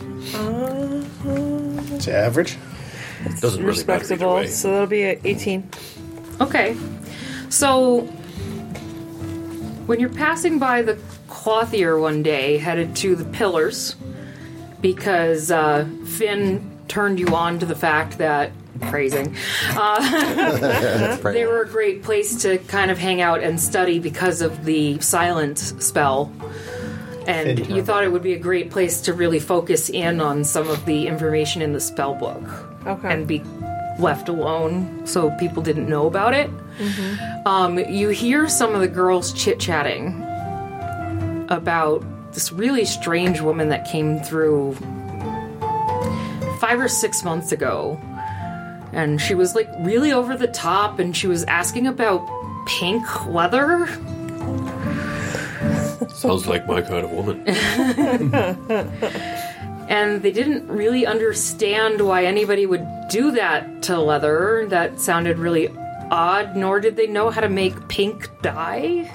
Speaker 3: It's average.
Speaker 5: Doesn't really matter either
Speaker 4: Respectable.
Speaker 5: way.
Speaker 4: So that'll be a 18.
Speaker 2: Okay. So, when you're passing by the clothier one day, headed to the pillars, because uh, Finn turned you on to the fact that phrasing uh, *laughs* they were a great place to kind of hang out and study because of the silence spell. And
Speaker 3: Finn
Speaker 2: you thought it would be a great place to really focus in on some of the information in the spell book
Speaker 4: Okay.
Speaker 2: and be left alone so people didn't know about it. Um, you hear some of the girls chit chatting about this really strange woman that came through five or six months ago. And she was like really over the top and she was asking about pink leather.
Speaker 5: Sounds like my kind of woman.
Speaker 2: and they didn't really understand why anybody would do that to leather. That sounded really odd, nor did they know how to make pink dye.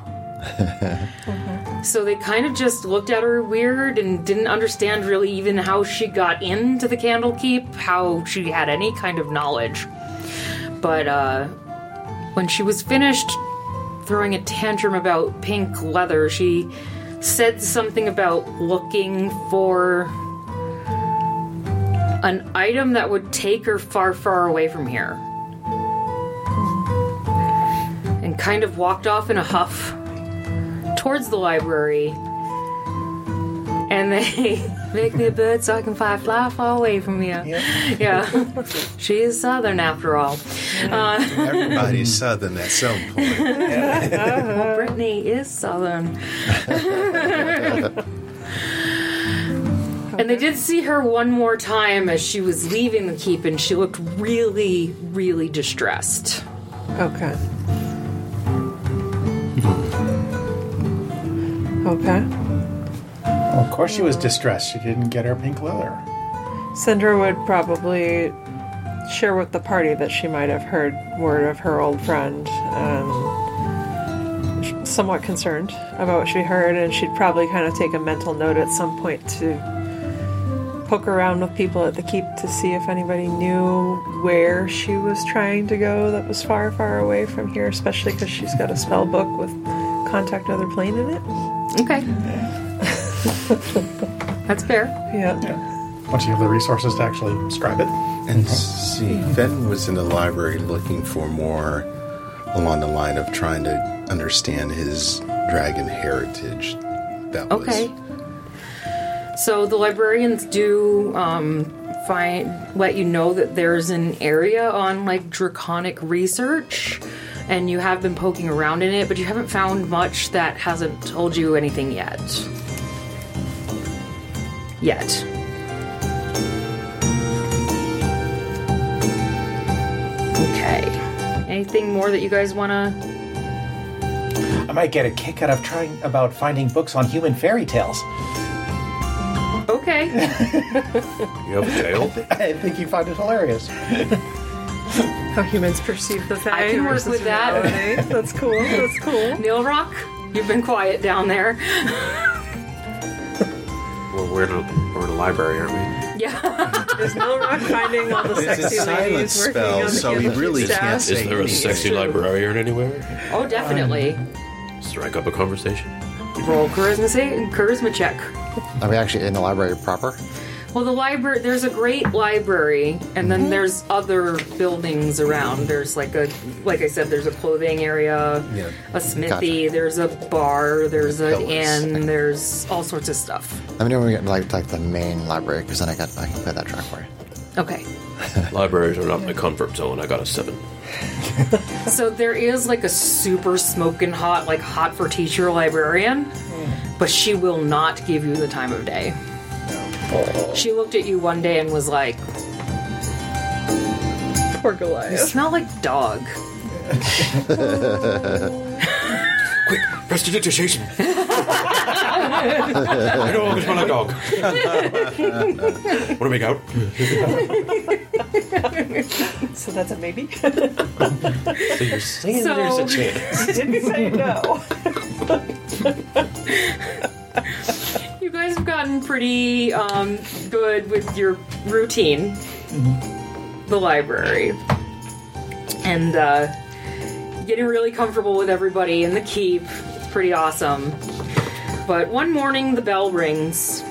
Speaker 2: so they kind of just looked at her weird and didn't understand really even how she got into the Candlekeep, how she had any kind of knowledge. But uh, when she was finished throwing a tantrum about pink leather, she said something about looking for an item that would take her far, far away from here. And kind of walked off in a huff towards the library. And they *laughs* make me a bird so I can fly, fly far away from here. Yeah. *laughs* she is southern after all. Uh,
Speaker 7: Everybody's southern at some point.
Speaker 2: Brittany is southern. and they did see her one more time as she was leaving the keep, and she looked really, really distressed.
Speaker 4: Okay. *laughs* Okay.
Speaker 3: Of course, she was distressed. She didn't get her pink leather.
Speaker 4: Cinder would probably share with the party that she might have heard word of her old friend, um, somewhat concerned about what she heard, and she'd probably kind of take a mental note at some point to poke around with people at the keep to see if anybody knew where she was trying to go that was far, far away from here, especially because she's got a spell book with contact other plane in it.
Speaker 2: Okay. That's fair.
Speaker 4: Yeah.
Speaker 3: Once you have the resources to actually describe it.
Speaker 7: And Mm-hmm. see, Fenton was in the library looking for more along the line of trying to understand his dragon heritage. That was
Speaker 2: Okay. So the librarians do um, find let you know that there's an area on like draconic research, and you have been poking around in it, but you haven't found much that hasn't told you anything yet. Yet. Okay. Anything more that you guys want to?
Speaker 3: I might get a kick out of trying about finding books on human fairy tales.
Speaker 2: Okay.
Speaker 5: You have a *laughs* tail?
Speaker 3: *laughs* I think you find it hilarious.
Speaker 4: How humans perceive the fact.
Speaker 2: I can work with that.
Speaker 4: That's cool. That's cool.
Speaker 2: Neil Rock, you've been quiet down there. *laughs*
Speaker 5: Well, we're in, a, we're in a library, aren't we?
Speaker 2: Yeah.
Speaker 4: There's no rock finding all the
Speaker 7: It's a
Speaker 4: sexy
Speaker 7: silent
Speaker 4: ladies working on
Speaker 7: spell,
Speaker 4: the
Speaker 7: so we
Speaker 4: Kindle
Speaker 7: really
Speaker 4: staff.
Speaker 7: can't
Speaker 5: Is
Speaker 7: say
Speaker 5: there a
Speaker 7: anything.
Speaker 5: sexy librarian anywhere?
Speaker 2: Oh, definitely.
Speaker 5: Strike up a conversation.
Speaker 2: Roll charisma, sa- charisma check.
Speaker 6: Are we actually in the library proper?
Speaker 2: Well, the library, there's a great library, and then there's other buildings around. There's like a, like I said, there's a clothing area,
Speaker 7: Yeah.
Speaker 2: a smithy, there's a bar, there's an
Speaker 6: Pillars.
Speaker 2: inn, there's all sorts of stuff.
Speaker 6: Let me know when we get like like the main library, because then I got I can play that track for you.
Speaker 2: Okay.
Speaker 5: Libraries are not my comfort zone. I got a seven.
Speaker 2: *laughs* So there is like a super smoking hot, like hot for teacher librarian, but she will not give you the time of day. She looked at you one day and was like,
Speaker 4: Poor
Speaker 2: You
Speaker 4: Goliath.
Speaker 2: smell like dog. *laughs*
Speaker 5: Prestidigitation. I don't always want a
Speaker 2: *laughs*
Speaker 5: dog. Want to make out?
Speaker 4: So that's a maybe. *laughs*
Speaker 5: So you're saying
Speaker 2: So-
Speaker 5: there's a chance.
Speaker 4: Didn't say
Speaker 9: *laughs*
Speaker 4: no.
Speaker 2: You guys have gotten pretty um, good with your routine, the library, and uh, getting really comfortable with everybody in the keep. It's pretty awesome. But one morning the bell rings,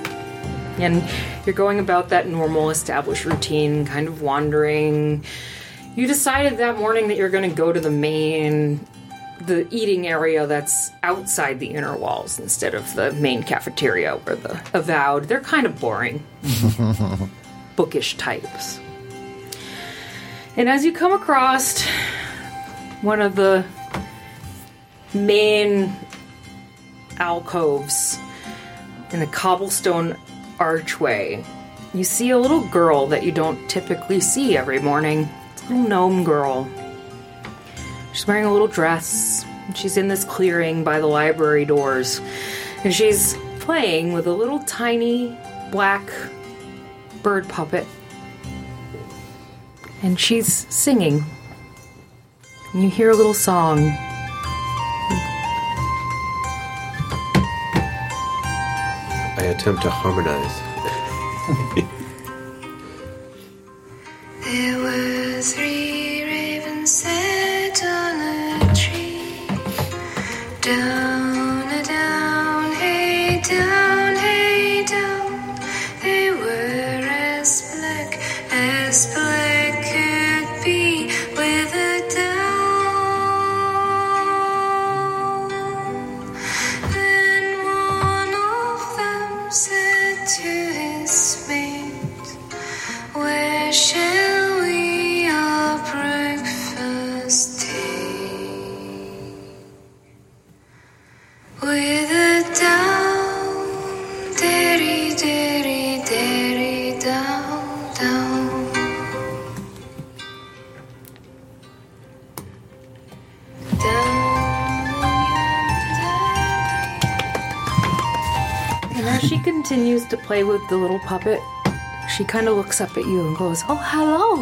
Speaker 2: and you're going about that normal established routine, kind of wandering. You decided that morning that you're going to go to the main the eating area that's outside the inner walls instead of the main cafeteria or the avowed. They're kind of boring, bookish types. And as you come across one of the main alcoves in the cobblestone archway, you see a little girl that you don't typically see every morning. It's a little gnome girl. She's wearing a little dress. She's in this clearing by the library doors. And she's playing with a little tiny black bird puppet. And she's singing. And you hear a little song.
Speaker 5: I attempt to harmonize.
Speaker 8: There were three ravens set on a tree. Down, a down, hey, down, hey, down. They were as black as black could be with a down. Then one of them said to his mate, where shall we our breakfast take? With a down, dairy, dairy, dairy, down, down. Down, dairy.
Speaker 2: And as she *laughs* continues to play with the little puppet, she kind of looks up at you and goes, Oh, hello.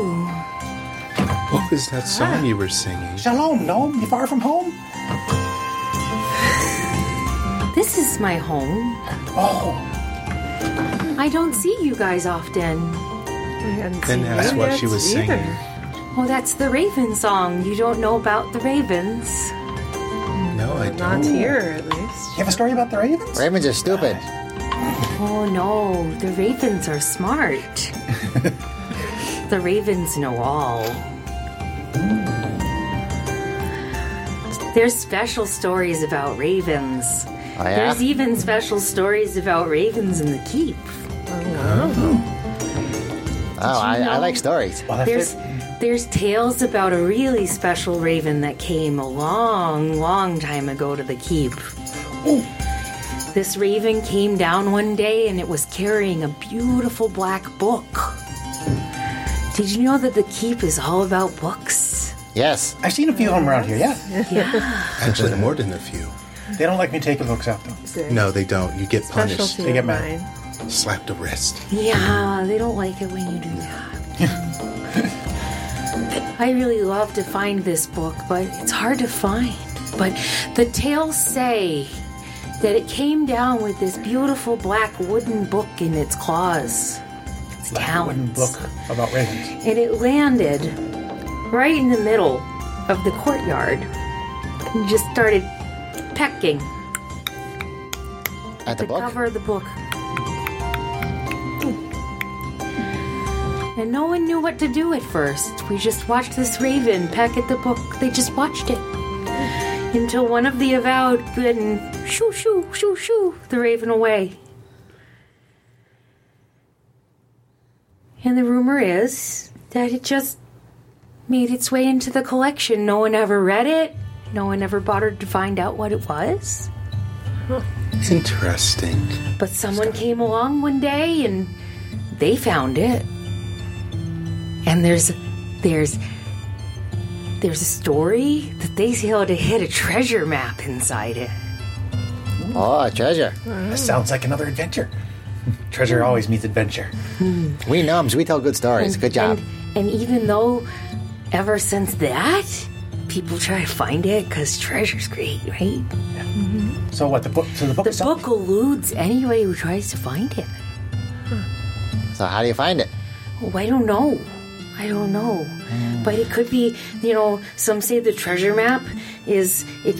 Speaker 7: What was
Speaker 2: Ah.
Speaker 7: that song you were singing?
Speaker 3: Shalom, gnome. You far from home?
Speaker 2: This is my home.
Speaker 3: Oh,
Speaker 2: I don't see you guys often.
Speaker 7: Then that's what she was singing.
Speaker 2: Oh, that's the Raven song. You don't know about the Ravens.
Speaker 7: No, I
Speaker 4: Not
Speaker 7: don't.
Speaker 4: here, at least.
Speaker 3: you have a story about the ravens?
Speaker 6: Ravens are stupid.
Speaker 2: Oh no, the ravens are smart. the ravens know all. There's special stories about ravens.
Speaker 6: yeah?
Speaker 2: There's even special stories about ravens in the keep.
Speaker 6: Oh, I, I like stories.
Speaker 3: Well, if
Speaker 2: There's
Speaker 3: it-
Speaker 2: there's tales about a really special raven that came a long, long time ago to the keep. This raven came down one day and it was carrying a beautiful black book. Did you know that the keep is all about books?
Speaker 6: Yes.
Speaker 3: I've seen a few of them around here, yeah.
Speaker 7: Actually, more than a few.
Speaker 3: They don't like me taking looks at them.
Speaker 7: No, they don't. You get punished.
Speaker 4: Specialty
Speaker 3: They get
Speaker 4: of
Speaker 3: mad.
Speaker 4: mine.
Speaker 7: Slapped a wrist.
Speaker 2: Yeah, they don't like it when you do *laughs* that. I really love to find this book, but it's hard to find. But the tales say that it came down with this beautiful black wooden book in its claws.
Speaker 9: its talons.
Speaker 3: Book about ravens.
Speaker 9: and it landed right in the middle of the courtyard and just started pecking
Speaker 6: At the
Speaker 9: the
Speaker 6: book?
Speaker 9: cover of the book. And no one knew what to do at first. We just watched this raven peck at the book. They just watched it. Until one of the avowed good and shoo shoo shoo shoo the raven away. And the rumor is that it just made its way into the collection. No one ever read it. No one ever bothered to find out what it was.
Speaker 7: Interesting.
Speaker 9: But someone came along one day and they found it. And there's there's there's a story that they held to hit a treasure map inside it.
Speaker 6: Oh, treasure.
Speaker 3: This sounds like another adventure. Treasure always means adventure.
Speaker 6: We numbs, we tell good stories. Good job.
Speaker 9: And even though ever since that, people try to find it because treasure's great, right?
Speaker 3: So what the book? So the book
Speaker 9: The
Speaker 3: is
Speaker 9: book eludes anybody who tries to find it.
Speaker 6: So how do you find it?
Speaker 9: Oh, I don't know. I don't know. But it could be, you know, some say the treasure map is it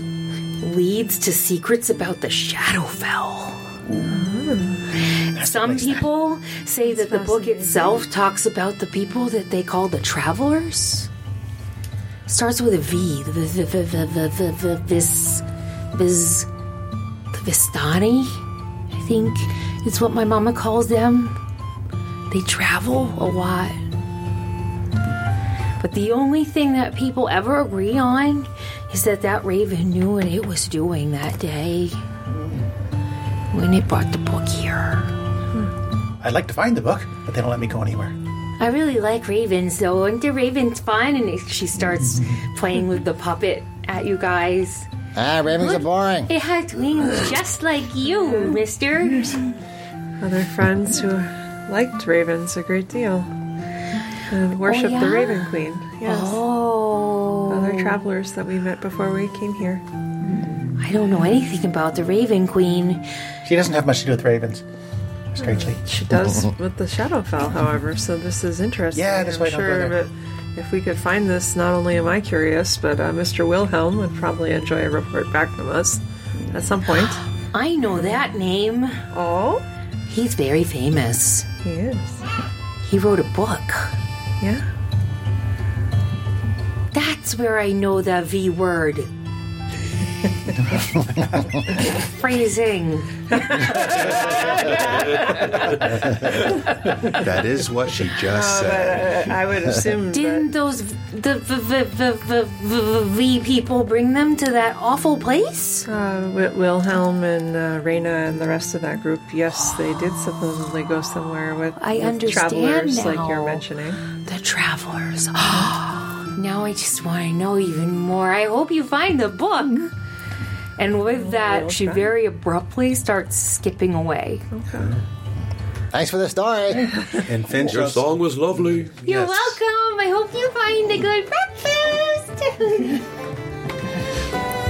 Speaker 9: leads to secrets about the Shadowfell. Some people say that the book itself talks about the people that they call the travelers. Starts with a V. The v- v- v- v- v- v- Vis, Vis, the Vistani, I think, is what my mama calls them. They travel a lot. But the only thing that people ever agree on is that that raven knew what it was doing that day when it brought the book here.
Speaker 3: I'd like to find the book, but they don't let me go anywhere.
Speaker 9: I really like ravens, though. Aren't the ravens fun? And it- she starts playing with the puppet at you guys.
Speaker 6: Ah, ravens are boring.
Speaker 9: It has wings just like you, mister.
Speaker 4: Other friends who liked ravens a great deal and worship the
Speaker 9: Oh, yeah?
Speaker 4: Raven Queen. Yes.
Speaker 9: Oh.
Speaker 4: Other travelers that we met before we came here.
Speaker 9: I don't know anything about the raven queen.
Speaker 3: She doesn't have much to do with ravens, strangely.
Speaker 4: She
Speaker 7: *laughs*
Speaker 4: does with the Shadowfell, however, so this is interesting.
Speaker 3: Yeah, that's
Speaker 4: I'm
Speaker 3: why I don't go
Speaker 4: sure
Speaker 3: there.
Speaker 4: that if we could find this, not only am I curious, but uh, Mr. Wilhelm would probably enjoy a report back from us at some point.
Speaker 9: I know that name.
Speaker 4: Oh,
Speaker 9: He's very famous.
Speaker 4: he is.
Speaker 9: He wrote a book.
Speaker 4: Yeah.
Speaker 9: That's where I know the V *laughs* word. Phrasing.
Speaker 7: That is what she
Speaker 4: Oh,
Speaker 7: just said.
Speaker 4: I would assume
Speaker 9: Didn't those v- the v- v- v- v- v- v people bring them to that awful place?
Speaker 4: Uh, Wi- Wilhelm and uh, Reina and the rest of that group, yes, they did supposedly go somewhere with,
Speaker 9: I
Speaker 4: with
Speaker 9: understand
Speaker 4: travelers like
Speaker 9: now.
Speaker 4: you're mentioning.
Speaker 9: The travelers. *gasps* now I just want to know even more. I hope you find the book. And with that, she very abruptly starts skipping away.
Speaker 6: Thanks for the story.
Speaker 7: And Finn
Speaker 5: Your
Speaker 7: shows
Speaker 5: song was lovely.
Speaker 9: You're
Speaker 7: Yes.
Speaker 9: welcome. I hope you find a good breakfast. *laughs*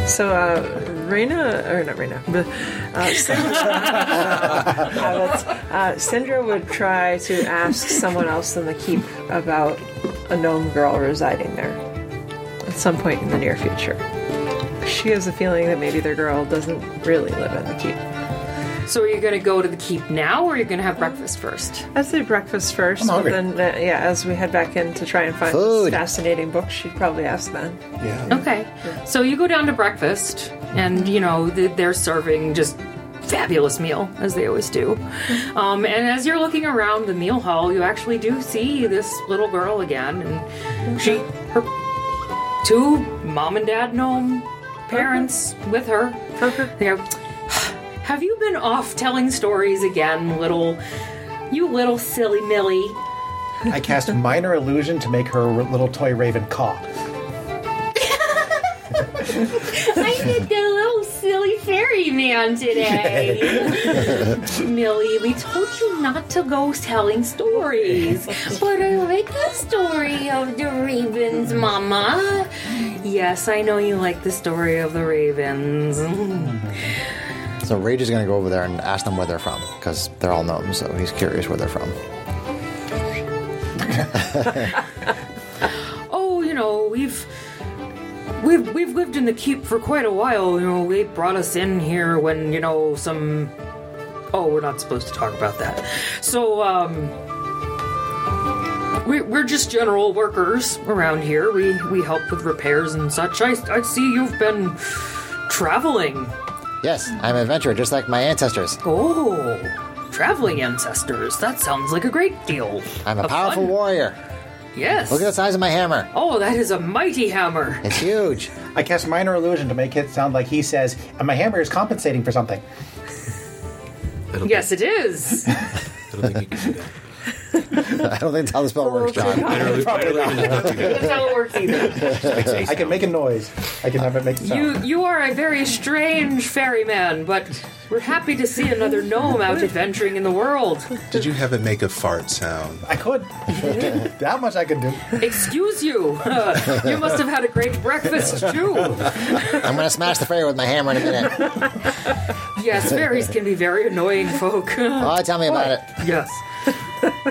Speaker 4: So, uh, Reina, or not Reina, but *laughs* uh, Sindra, *laughs* uh, that's- uh, Sindra would try to ask someone else in the keep about a gnome girl residing there at some point in the near future. She has a feeling that maybe their girl doesn't really live in the keep.
Speaker 9: So are you gonna go to the keep now, or are you gonna have breakfast first?
Speaker 4: I'd say breakfast 1st
Speaker 3: I'm
Speaker 4: but
Speaker 3: hungry.
Speaker 4: then uh, yeah, as we head back in to try and find
Speaker 6: Food.
Speaker 4: this fascinating book, she'd probably ask then.
Speaker 9: Okay. So you go down to breakfast, and you know th- they're serving just fabulous meal as they always do. Um, and as you're looking around the meal hall, you actually do see this little girl again, and she, her two mom and dad gnome parents with her. They go, Have you been off telling stories again, little? You little silly Millie.
Speaker 3: I cast minor illusion to make her r- little toy raven caw.
Speaker 9: I did the little silly fairy man today. Millie, we told you not to go telling stories. But I like the story of the ravens, Mama. Yes, I know you like the story of the ravens.
Speaker 6: So Rage is going to go over there and ask them where they're from because they're all gnomes, so he's curious where they're from.
Speaker 2: oh, you know, we've we've we've lived in the keep for quite a while. You know, they brought us in here when you know some. Oh, we're not supposed to talk about that. So, um, we, we're just general workers around here. We we help with repairs and such. I I see you've been traveling.
Speaker 6: Yes, I'm an adventurer, just like my ancestors.
Speaker 2: Oh, traveling ancestors. That sounds like a great deal.
Speaker 6: I'm a
Speaker 2: of
Speaker 6: powerful
Speaker 2: fun.
Speaker 6: warrior.
Speaker 2: Yes.
Speaker 6: Look at the size of my hammer.
Speaker 2: Oh, that is a mighty hammer.
Speaker 6: It's huge. *laughs*
Speaker 3: I cast minor illusion to make it sound like he says, and my hammer is compensating for something.
Speaker 5: don't
Speaker 2: Yes, it is.
Speaker 5: think- I don't think you can do that.
Speaker 6: I don't think that's how the spell works,
Speaker 5: *laughs*
Speaker 6: John.
Speaker 5: I don't, I don't even know how to do
Speaker 2: That's how it
Speaker 9: *laughs*
Speaker 2: works either.
Speaker 5: that.
Speaker 3: I can make a noise. I can have it make a sound.
Speaker 2: You you are a very strange ferryman, but we're happy to see another gnome out adventuring in the world.
Speaker 7: Did you have it make a fart sound?
Speaker 4: *laughs*
Speaker 3: I could. that much I could do.
Speaker 2: Excuse
Speaker 9: *laughs*
Speaker 2: you. you must have had a great breakfast too.
Speaker 6: I'm gonna smash the freighter with my hammer in a
Speaker 4: *laughs*
Speaker 6: minute.
Speaker 2: Yes, fairies can be very annoying folk.
Speaker 6: Oh, tell me about it.
Speaker 2: yes. *laughs*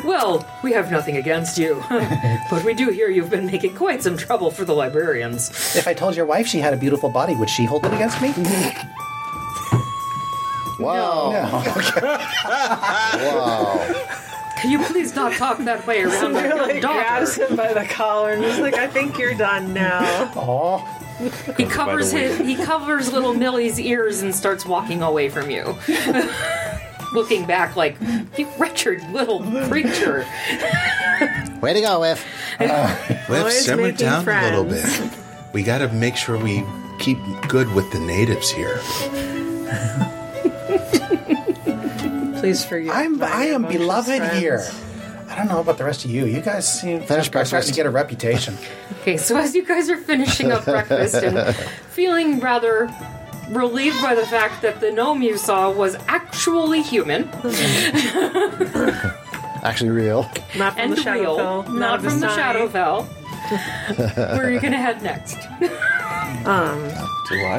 Speaker 2: Well, we have nothing against you, but we do hear you've been making quite some trouble for the librarians.
Speaker 3: If I told your wife she had a beautiful body, would she hold it against me?
Speaker 4: Mm-hmm.
Speaker 6: Whoa, whoa.
Speaker 2: Can you please not talk that way around my
Speaker 4: *laughs* Cinder like
Speaker 2: young daughter?
Speaker 4: grabs him by the collar and he's like, "I think you're
Speaker 2: *laughs*
Speaker 4: done now."
Speaker 3: Oh,
Speaker 2: He covers his, he covers little Millie's ears and starts walking away from you. Looking back like, you wretched little creature.
Speaker 6: Way to go, Whiff.
Speaker 7: Liv,
Speaker 4: Always
Speaker 7: simmer
Speaker 4: making
Speaker 7: down a little
Speaker 4: friends.
Speaker 7: bit. We got to make sure we keep good with the natives here.
Speaker 4: Please forgive.
Speaker 3: I'm
Speaker 4: my
Speaker 3: I am
Speaker 4: rambunctious
Speaker 3: beloved
Speaker 4: friends.
Speaker 3: here. I don't know about the rest of you. You guys seem
Speaker 6: Finish
Speaker 3: are starting
Speaker 6: breakfast.
Speaker 3: to get a reputation.
Speaker 2: Okay, so as you guys are finishing up breakfast and feeling rather relieved by the fact that the gnome you saw was actually human
Speaker 6: Actually, real.
Speaker 4: Not from
Speaker 2: and
Speaker 4: the shadow.
Speaker 2: real,
Speaker 4: fell,
Speaker 2: not,
Speaker 4: not
Speaker 2: from the
Speaker 4: side.
Speaker 2: Shadowfell. *laughs* Where are you gonna head next?
Speaker 6: To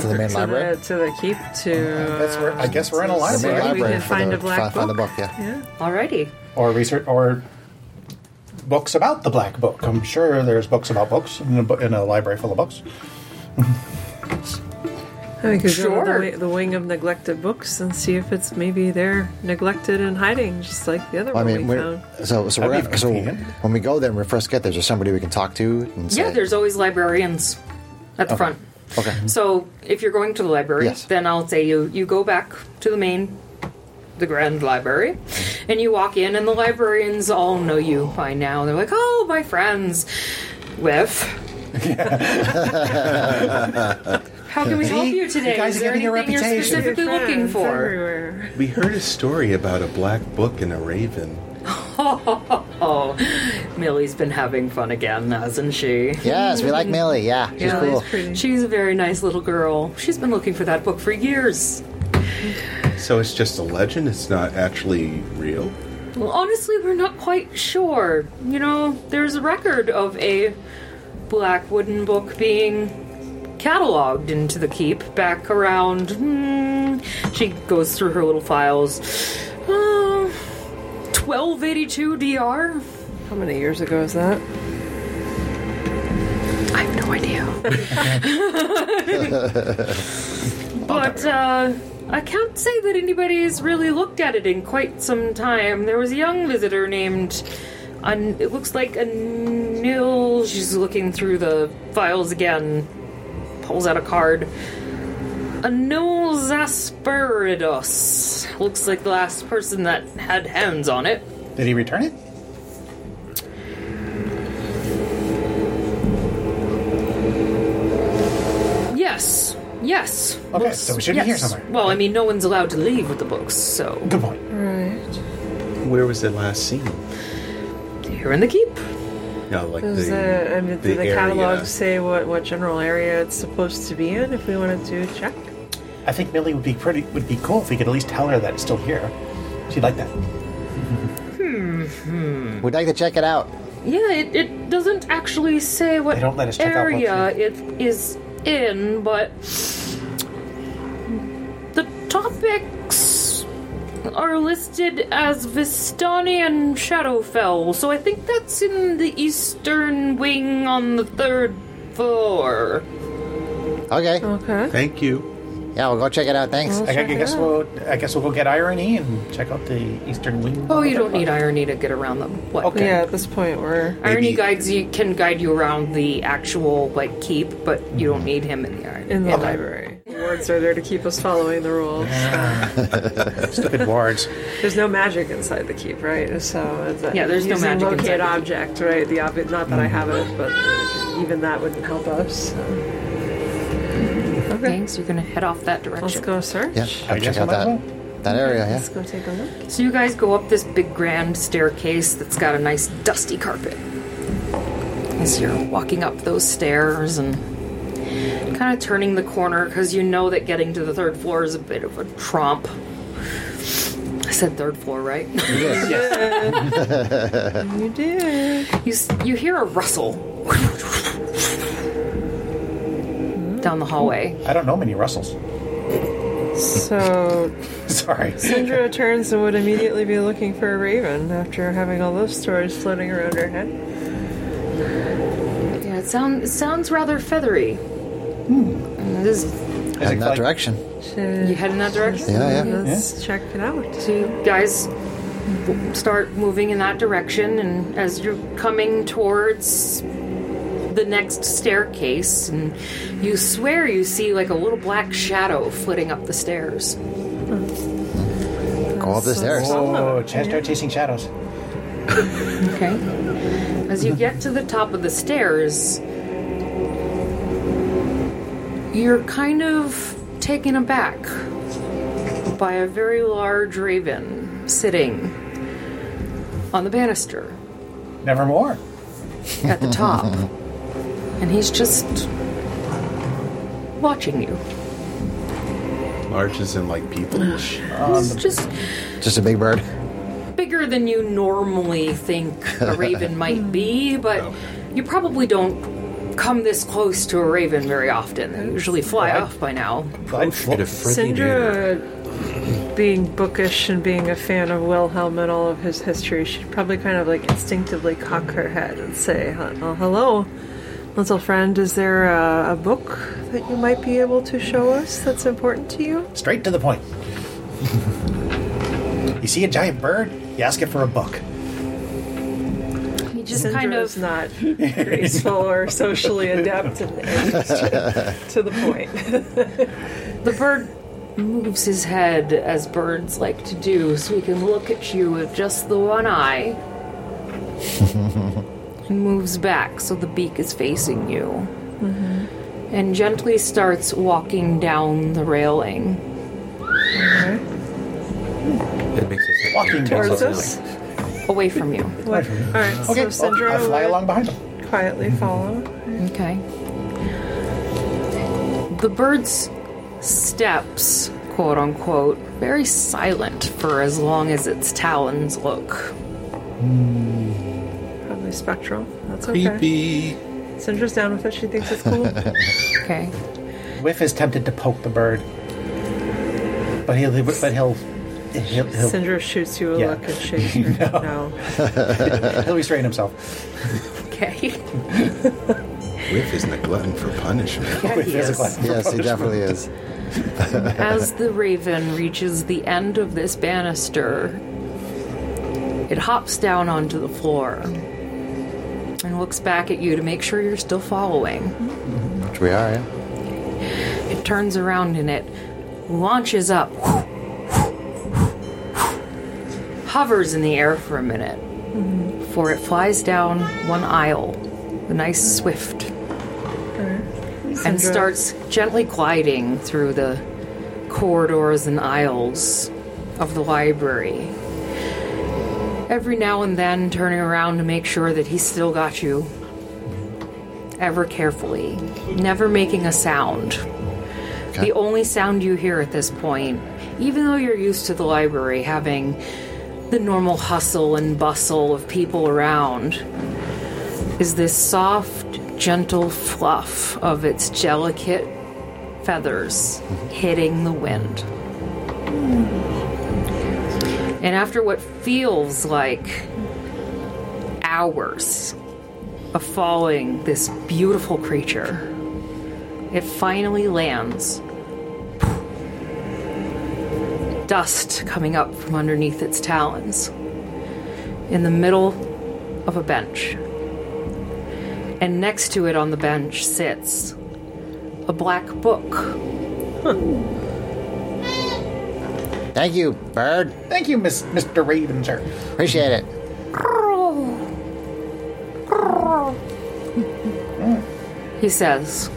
Speaker 6: the main
Speaker 4: To
Speaker 6: library.
Speaker 4: the, to the keep to. uh,
Speaker 3: That's where I guess we're in a
Speaker 6: The main
Speaker 4: Maybe we
Speaker 3: library
Speaker 6: library
Speaker 4: can
Speaker 6: for
Speaker 4: find
Speaker 6: the,
Speaker 4: a black
Speaker 6: fi- find the
Speaker 4: book.
Speaker 6: book. Yeah.
Speaker 2: Alrighty.
Speaker 3: or research or books about the black book. I'm sure there's books about books in a, bu- in a library full of books.
Speaker 4: I think we could go to
Speaker 2: Sure.
Speaker 4: the, wi- the wing of neglected books and see if it's maybe they're neglected and hiding, just like the other
Speaker 6: I
Speaker 4: one
Speaker 6: mean,
Speaker 4: we
Speaker 6: we're,
Speaker 4: found.
Speaker 6: so so,
Speaker 3: That'd
Speaker 6: we're,
Speaker 3: be
Speaker 6: so
Speaker 3: convenient.
Speaker 6: when we go there, and we first get there. There's somebody we can talk to and say,
Speaker 2: Yeah, there's always librarians at the
Speaker 3: Oh.
Speaker 2: front.
Speaker 6: okay.
Speaker 2: So if you're going to the library,
Speaker 6: Yes.
Speaker 2: then I'll say you you go back to the main, the grand library, and you walk in, and the librarians all know you by now. They're like, "Oh, my friends, with."
Speaker 3: *laughs*
Speaker 2: How can we help you today?
Speaker 3: You guys
Speaker 2: Is
Speaker 3: are
Speaker 2: there
Speaker 3: getting a
Speaker 2: anything you're
Speaker 3: reputation.
Speaker 2: specifically looking
Speaker 4: Friends
Speaker 2: for?
Speaker 4: everywhere.
Speaker 7: We heard a story about a black book and a raven.
Speaker 2: Oh, Millie's been having fun again, hasn't she?
Speaker 6: Yes, we like Millie. Yeah, she's
Speaker 2: Yeah,
Speaker 6: cool.
Speaker 4: It's pretty.
Speaker 2: She's a very nice little girl. She's been looking for that book for years.
Speaker 7: So it's just a legend. It's not actually real.
Speaker 2: Well, honestly, we're not quite sure. You know, there's a record of a black wooden book being cataloged into the keep back around. Hmm, she goes through her little files. Uh, 1282 DR?
Speaker 4: How many years ago is that?
Speaker 2: I have no idea. *laughs* but uh, I can't say that anybody's really looked at it in quite some time. There was a young visitor named. An, it looks like Anil. She's looking through the files again. Pulls out a card. Anil Zasperidus. Looks like the last person that had hands on it.
Speaker 3: Did he return it?
Speaker 2: Yes. Yes.
Speaker 3: Okay, so we should be here somewhere.
Speaker 2: Well, I mean, no one's allowed to leave with the books, so
Speaker 3: Good point.
Speaker 4: Right.
Speaker 7: Where was it last seen?
Speaker 2: here in the keep.
Speaker 7: No, like
Speaker 4: Does
Speaker 7: the,
Speaker 4: uh, the, I mean, do
Speaker 7: the
Speaker 4: the
Speaker 7: area.
Speaker 4: catalog say what, what general area it's supposed to be in if we wanted to check?
Speaker 3: I think Millie would be pretty would be cool if we could at least tell her that it's still here. She'd like that.
Speaker 6: We'd like to check it out.
Speaker 2: Yeah, it, it doesn't actually say what
Speaker 3: They don't let us check out
Speaker 2: area
Speaker 3: books
Speaker 2: it is in, but the topics are listed as Vistani and Shadowfell, so I think that's in the eastern wing on the third floor.
Speaker 3: Oh,
Speaker 6: Okay.
Speaker 4: Okay.
Speaker 7: Thank you.
Speaker 6: Yeah, we'll go check it out. Thanks.
Speaker 4: Oh.
Speaker 3: I, I guess we'll I guess we'll go get irony and check out the eastern wing.
Speaker 2: Oh, you don't need irony to get around them. What?
Speaker 3: Okay.
Speaker 4: Yeah, at this point, we're.
Speaker 2: Irony
Speaker 7: Maybe-
Speaker 2: guides you can guide you around the actual like keep, but you
Speaker 3: Mm-hmm.
Speaker 2: don't need him in the irony.
Speaker 4: In the library. Wards are there to keep us following the
Speaker 7: *laughs*
Speaker 4: rules.
Speaker 3: Stupid wards.
Speaker 4: There's no magic inside the keep, right? So it's a,
Speaker 2: Yeah, there's no
Speaker 4: using
Speaker 2: magic
Speaker 4: locate
Speaker 2: inside the keep.
Speaker 4: object, right? The obvi- not that I have it, but even that wouldn't help us. so.
Speaker 2: Okay, so you're gonna head off that direction.
Speaker 4: Let's go search.
Speaker 6: Yeah,
Speaker 3: I
Speaker 6: go
Speaker 3: guess
Speaker 6: check
Speaker 3: I
Speaker 6: out
Speaker 3: might as
Speaker 6: that, that area. Yeah.
Speaker 4: Let's go take a look.
Speaker 2: So you guys go up this big grand staircase that's got a nice dusty carpet. As you're walking up those stairs and kind of turning the corner because you know that getting to the third floor is a bit of a tromp. I said third floor, right? *laughs*
Speaker 4: You did.
Speaker 2: you s- you hear a rustle down the hallway.
Speaker 3: I don't know many Russells. *laughs*
Speaker 4: So
Speaker 3: Sorry.
Speaker 4: Sandra turns and would immediately be looking for a raven after having all those stories floating around her head.
Speaker 2: Yeah, it sounds it sounds rather feathery. And This
Speaker 3: Is
Speaker 6: Head
Speaker 3: it
Speaker 6: in that
Speaker 3: like-
Speaker 6: direction.
Speaker 2: you
Speaker 4: Should-
Speaker 2: head in that direction.
Speaker 6: Yeah, yeah.
Speaker 4: Let's check it out.
Speaker 2: So you guys w- start moving in that direction, and as you're coming towards the next staircase, and you swear you see like a little black shadow flitting up the stairs.
Speaker 6: Go up the stairs.
Speaker 3: Oh, Chad, start chasing shadows.
Speaker 2: Okay. As you get to the top of the stairs, you're kind of taken aback by a very large raven sitting on the banister.
Speaker 3: Nevermore.
Speaker 2: at the top. and he's just watching you.
Speaker 7: Large is in like people.
Speaker 2: He's just
Speaker 6: Just a
Speaker 5: *laughs*
Speaker 6: big bird.
Speaker 2: bigger than you normally think a raven might be, but you probably don't come this close to a raven very often. They usually fly off by now.
Speaker 3: I'd
Speaker 5: Get a friendly neighbor.
Speaker 4: Sindra, being bookish and being a fan of Wilhelm and all of his history, should probably kind of like instinctively cock her head and say, "Oh, hello, little friend. Is there a, a book that you might be able to show us that's important to you?"
Speaker 3: Straight to the point. you see a giant bird, you ask it for a book.
Speaker 2: He just kind
Speaker 4: Syndra's
Speaker 2: of
Speaker 4: not graceful or socially adept and, and to, to the
Speaker 3: *laughs*
Speaker 4: point.
Speaker 2: the bird moves his head as birds like to do so he can look at you with just the one eye. and moves back so the beak is facing you. And gently starts walking down the railing.
Speaker 5: It makes us
Speaker 3: Walking
Speaker 5: Tells
Speaker 4: Towards
Speaker 5: us
Speaker 4: us.
Speaker 2: away from you.
Speaker 4: What? All right.
Speaker 3: Okay,
Speaker 4: so
Speaker 3: well,
Speaker 4: Syndra
Speaker 3: I fly
Speaker 4: would
Speaker 3: along behind them.
Speaker 4: quietly follow.
Speaker 2: Okay. The bird's steps, quote unquote, very silent for as long as its talons look.
Speaker 4: Probably spectral. That's okay.
Speaker 7: Creepy.
Speaker 4: Syndra's down with it. She thinks it's cool.
Speaker 2: Okay.
Speaker 3: Whiff is tempted to poke the bird, but he'll but he'll he'll, he'll,
Speaker 4: Syndra shoots you a
Speaker 3: Yeah.
Speaker 4: look
Speaker 3: *laughs*
Speaker 4: and shakes her head. No.
Speaker 3: he'll restrain himself.
Speaker 2: Okay.
Speaker 7: Whiff isn't a glutton for punishment.
Speaker 3: Whiff is a
Speaker 2: Yes.
Speaker 3: glutton for
Speaker 6: Yes, he
Speaker 3: punishment.
Speaker 6: definitely is.
Speaker 2: As the raven reaches the end of this banister, it hops down onto the floor and looks back at you to make sure you're still following.
Speaker 6: Which we are. Yeah.
Speaker 2: It turns around and it launches up, hovers in the air for a minute, for it flies down one aisle, the nice swift, and starts gently gliding through the corridors and aisles of the library. Every now and then turning around to make sure that he still got you. Ever carefully, never making a sound. The only sound you hear at this point, even though you're used to the library having the normal hustle and bustle of people around, is this soft, gentle fluff of its delicate feathers hitting the wind. And after what feels like hours of following this beautiful creature, it finally lands. Dust coming up from underneath its talons in the middle of a bench. And next to it on the bench sits a black book.
Speaker 6: Thank you, bird.
Speaker 3: Thank you, Miss, Mr. Raven, sir.
Speaker 6: Appreciate it.
Speaker 2: he says,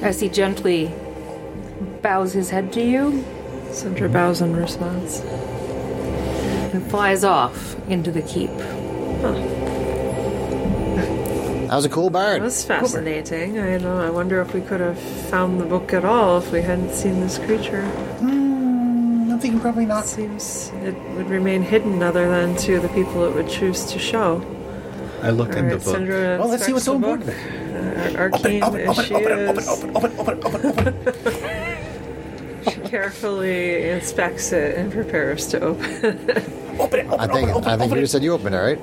Speaker 2: as he gently bows his head to you
Speaker 4: Sindra bows in response.
Speaker 2: and flies off into the keep.
Speaker 6: That was a cool
Speaker 4: That
Speaker 6: bird.
Speaker 4: was fascinating. I know. I wonder if we could have found the book at all if we hadn't seen this creature.
Speaker 3: I'm thinking probably
Speaker 4: It
Speaker 3: not.
Speaker 4: seems it would remain hidden other than to the people it would choose to show.
Speaker 7: I looked in the
Speaker 4: Alright,
Speaker 7: book.
Speaker 4: Sandra
Speaker 3: Well, let's see
Speaker 4: inspects
Speaker 3: what's
Speaker 4: the
Speaker 3: on
Speaker 4: book.
Speaker 3: board of it.
Speaker 4: Uh, arcane
Speaker 3: Open,
Speaker 4: as
Speaker 3: open,
Speaker 4: she
Speaker 3: open,
Speaker 4: is,
Speaker 3: open, open, open, open, open, open.
Speaker 4: *laughs* she carefully inspects it and prepares to open.
Speaker 3: Open it, open, open,
Speaker 6: I think I
Speaker 3: open, open
Speaker 6: think you
Speaker 3: it.
Speaker 6: just said you opened it, right?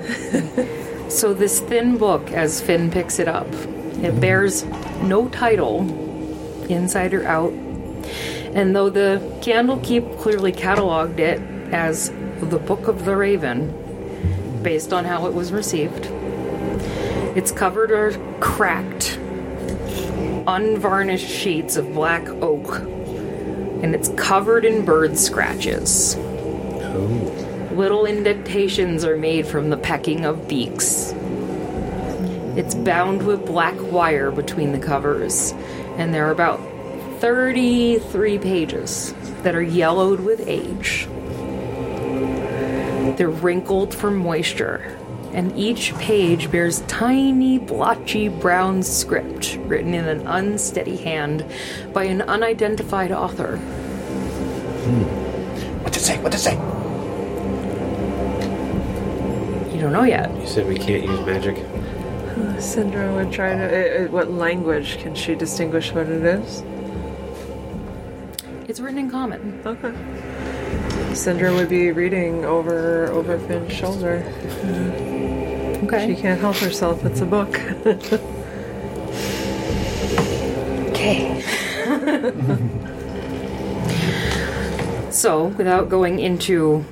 Speaker 2: So, this thin book, as Finn picks it up, it bears no title, inside or out. And though the Candlekeep clearly cataloged it as the Book of the Raven, based on how it was received, its covered are cracked, unvarnished sheets of black oak, and it's covered in bird scratches. Little indentations are made from the pecking of beaks. It's bound with black wire between the covers, and there are about 33 pages that are yellowed with age. They're wrinkled from moisture, and each page bears tiny, blotchy brown script written in an unsteady hand by an unidentified author.
Speaker 3: What's it say? What's it say?
Speaker 2: You don't know yet.
Speaker 5: You said we can't use magic.
Speaker 4: Syndra would try to. Uh, uh, what language can she distinguish what it is?
Speaker 2: It's written in common.
Speaker 4: Okay. Syndra would be reading over over Finn's shoulder. She
Speaker 2: Okay.
Speaker 4: can't help herself. It's a book.
Speaker 2: Okay. so, without going into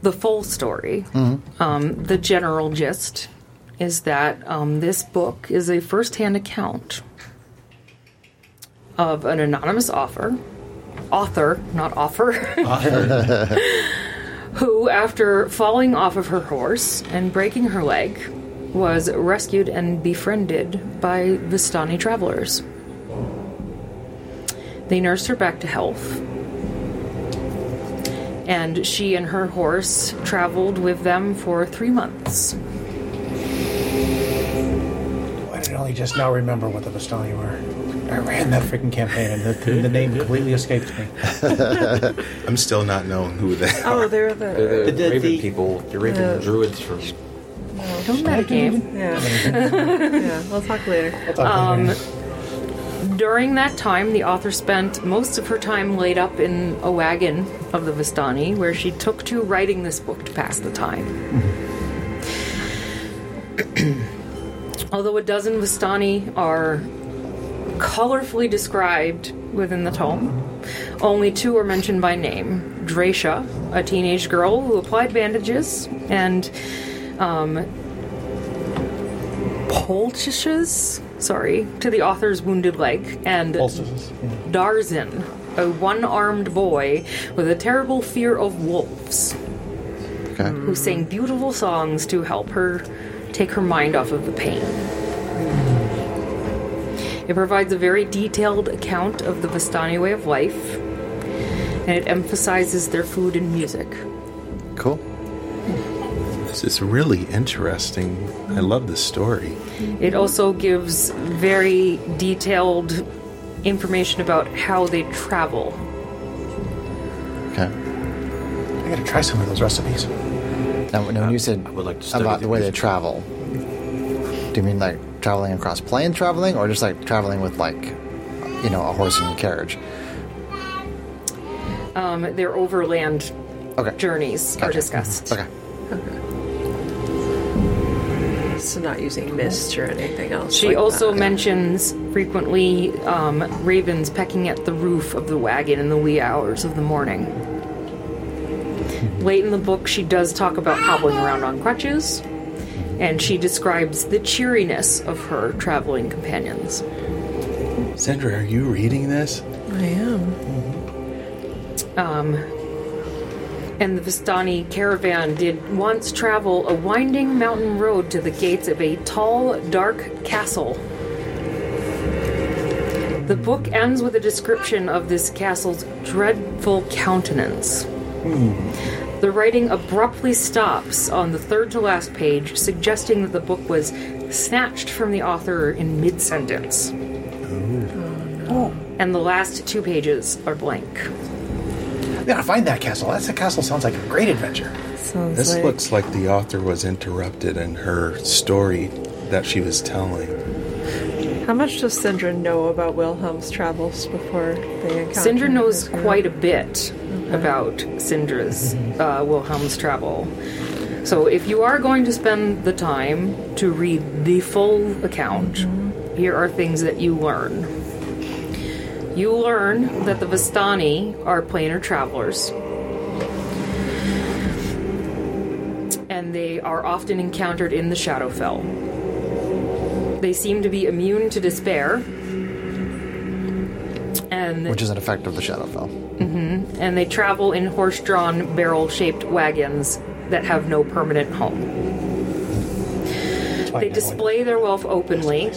Speaker 2: the full story, um, the general gist is that um, this book is a first hand account of an anonymous author, author, not offer. *laughs* who, after falling off of her horse and breaking her leg, was rescued and befriended by Vistani travelers. They nursed her back to health. And she and her horse traveled with them for three months.
Speaker 3: Why did I only just now remember what the Vistani were? I ran that freaking campaign and the, the name completely escaped me.
Speaker 7: I'm still not knowing who they
Speaker 4: *laughs*
Speaker 7: are.
Speaker 4: oh, they're the.
Speaker 5: The,
Speaker 3: the-
Speaker 5: raven
Speaker 3: the-
Speaker 5: people, the raven druids from.
Speaker 2: Don't metagame.
Speaker 4: Yeah. yeah. We'll talk later.
Speaker 3: Um,
Speaker 2: During that time, the author spent most of her time laid up in a wagon of the Vistani, where she took to writing this book to pass the time. Although a dozen Vistani are colorfully described within the tome, only two are mentioned by name Dracia, a teenage girl who applied bandages, and um, Polchishes, sorry, to the author's wounded leg, and Darzin, a one armed boy with a terrible fear of wolves,
Speaker 6: Okay.
Speaker 2: who sang beautiful songs to help her take her mind off of the pain. It provides a very detailed account of the Vistani way of life, and it emphasizes their food and music.
Speaker 6: Cool.
Speaker 7: This is really interesting. I love this story.
Speaker 2: It also gives very detailed information about how they travel.
Speaker 6: Okay.
Speaker 3: I gotta try some of those recipes.
Speaker 6: Now, now when you said
Speaker 5: I would like to study
Speaker 6: about
Speaker 5: the
Speaker 6: the way they
Speaker 5: music.
Speaker 6: travel, do you mean like traveling across plane traveling, or just like traveling with like, you know, a horse and carriage?
Speaker 2: um, their overland
Speaker 6: Okay.
Speaker 2: journeys are discussed.
Speaker 6: Okay.
Speaker 4: So not using mist or anything else.
Speaker 2: She
Speaker 4: like
Speaker 2: also
Speaker 4: that.
Speaker 2: mentions frequently um, ravens pecking at the roof of the wagon in the wee hours of the morning. Late in the book, she does talk about hobbling around on crutches, and she describes the cheeriness of her traveling companions.
Speaker 7: Sandra, are you reading this?
Speaker 4: I am.
Speaker 2: And the Vistani caravan did once travel a winding mountain road to the gates of a tall, dark castle. The book ends with a description of this castle's dreadful countenance. The writing abruptly stops on the third to last page, suggesting that the book was snatched from the author in mid sentence. And the last two pages are blank.
Speaker 3: I gotta find that castle. That's the castle. Sounds like a great adventure.
Speaker 4: Sounds
Speaker 7: This
Speaker 4: like
Speaker 7: looks like the author was interrupted in her story that she was telling.
Speaker 4: How much does Sindra know about Wilhelm's travels before they encounter?
Speaker 2: Cinder
Speaker 4: him?
Speaker 2: knows quite a bit about Cinder's uh, Wilhelm's travel. So if you are going to spend the time to read the full account, here are things that you learn. You learn that the Vistani are planar travelers. And they are often encountered in the Shadowfell. They seem to be immune to despair. And
Speaker 6: Which is an effect of the Shadowfell.
Speaker 2: and they travel in horse drawn, barrel shaped wagons that have no permanent home. They display their wealth openly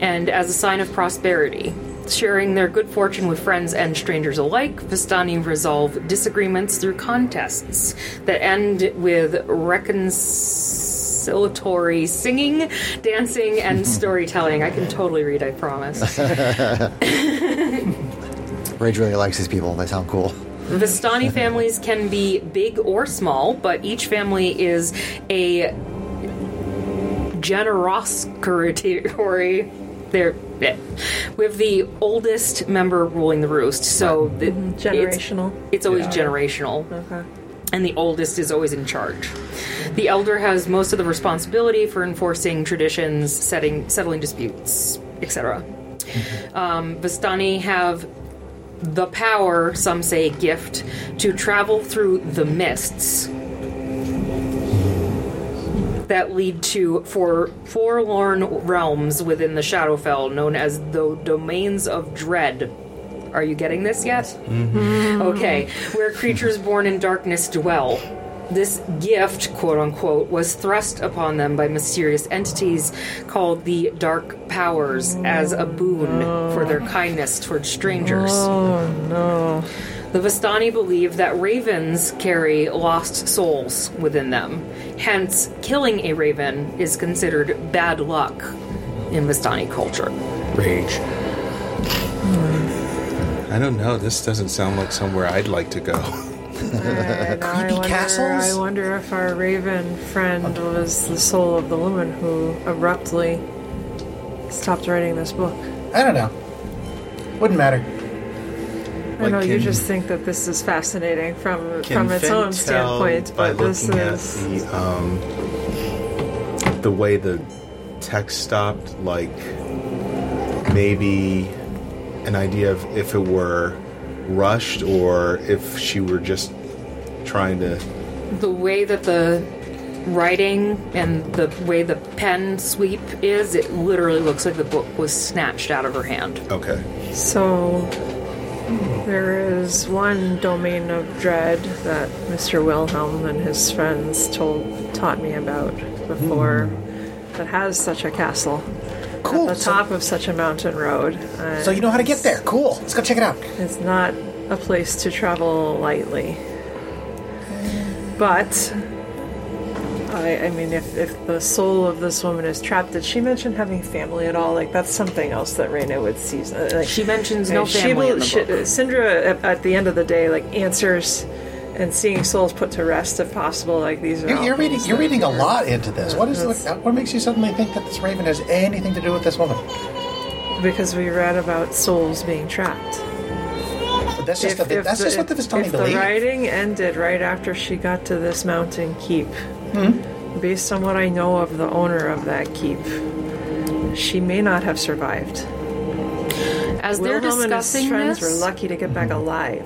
Speaker 2: and as a sign of prosperity. Sharing their good fortune with friends and strangers alike, Vistani resolve disagreements through contests that end with reconciliatory singing, dancing, and storytelling. I can totally read, I promise.
Speaker 6: Rage really likes these people. They sound cool.
Speaker 2: Vistani
Speaker 4: Mm-hmm.
Speaker 2: families can be big or small, but each family is a generosity. *laughs* There, eh, with the oldest member ruling the roost, so the,
Speaker 4: Mm-hmm. generational.
Speaker 2: It's, it's always generational,
Speaker 4: Okay.
Speaker 2: and the oldest is always in charge. The elder has most of the responsibility for enforcing traditions, setting settling disputes, etc.
Speaker 4: Mm-hmm.
Speaker 2: Um, Vistani have the power, some say gift, to travel through the mists that lead to four forlorn realms within the Shadowfell known as the Domains of Dread. Are you getting this yet? Okay, where creatures born in darkness dwell. This gift, quote unquote, was thrust upon them by mysterious entities called the Dark Powers as a boon for their kindness towards strangers. The Vistani believe that ravens carry lost souls within them. Hence, killing a raven is considered bad luck in Vistani culture.
Speaker 5: Rage.
Speaker 7: I don't know. This doesn't sound like somewhere I'd like to go. *laughs*
Speaker 4: I wonder,
Speaker 3: castles?
Speaker 4: I wonder if our raven friend was the soul of the woman who abruptly stopped writing this book.
Speaker 3: I don't know. Wouldn't matter.
Speaker 4: I
Speaker 7: Like,
Speaker 4: know you
Speaker 7: can-
Speaker 4: just think that this is fascinating from
Speaker 7: Can
Speaker 4: from its
Speaker 7: Finn
Speaker 4: own
Speaker 7: tell
Speaker 4: standpoint,
Speaker 7: by
Speaker 4: but this
Speaker 7: looking at
Speaker 4: is
Speaker 7: the, um, the way the text stopped, like maybe an idea of if it were rushed or if she were just trying to.
Speaker 2: The way that the writing and the way the pen sweep is, it literally looks like the book was snatched out of her hand.
Speaker 7: Okay.
Speaker 4: So there is one domain of dread that Mr. Wilhelm and his friends told taught me about before
Speaker 7: Hmm.
Speaker 4: that has such a castle
Speaker 3: Cool.
Speaker 4: at the
Speaker 3: So-
Speaker 4: top of such a mountain road. Uh,
Speaker 3: So you know how to get there. Cool. Let's go check it out.
Speaker 4: it's not a place to travel lightly. But I, I mean, if, if the soul of this woman is trapped, did she mention having family at all? Like that's something else that Reina would see. uh, Like,
Speaker 2: She mentions
Speaker 4: I mean,
Speaker 2: no
Speaker 4: she
Speaker 2: family
Speaker 4: will-
Speaker 2: in the
Speaker 4: she-
Speaker 2: book.
Speaker 4: Syndra, at, at the end of the day, like answers and seeing souls put to rest if possible. Like these are.
Speaker 3: You're,
Speaker 4: all
Speaker 3: you're reading.
Speaker 4: things
Speaker 3: You're
Speaker 4: that-
Speaker 3: reading a lot into this. What is?
Speaker 4: That's-
Speaker 3: What makes you suddenly think that this raven has anything to do with this woman?
Speaker 4: because we read about souls being trapped.
Speaker 3: but that's just
Speaker 4: If-
Speaker 3: the,
Speaker 4: if
Speaker 3: that's
Speaker 4: the-
Speaker 3: just what
Speaker 4: if-
Speaker 3: the Vistani
Speaker 4: if
Speaker 3: believe.
Speaker 4: the writing ended right after she got to this mountain keep,
Speaker 3: Hmm?
Speaker 4: based on what I know of the owner of that keep, she may not have survived.
Speaker 2: As they're
Speaker 4: Wilhelm and his
Speaker 2: discussing
Speaker 4: friends
Speaker 2: this,
Speaker 4: were lucky to get back alive.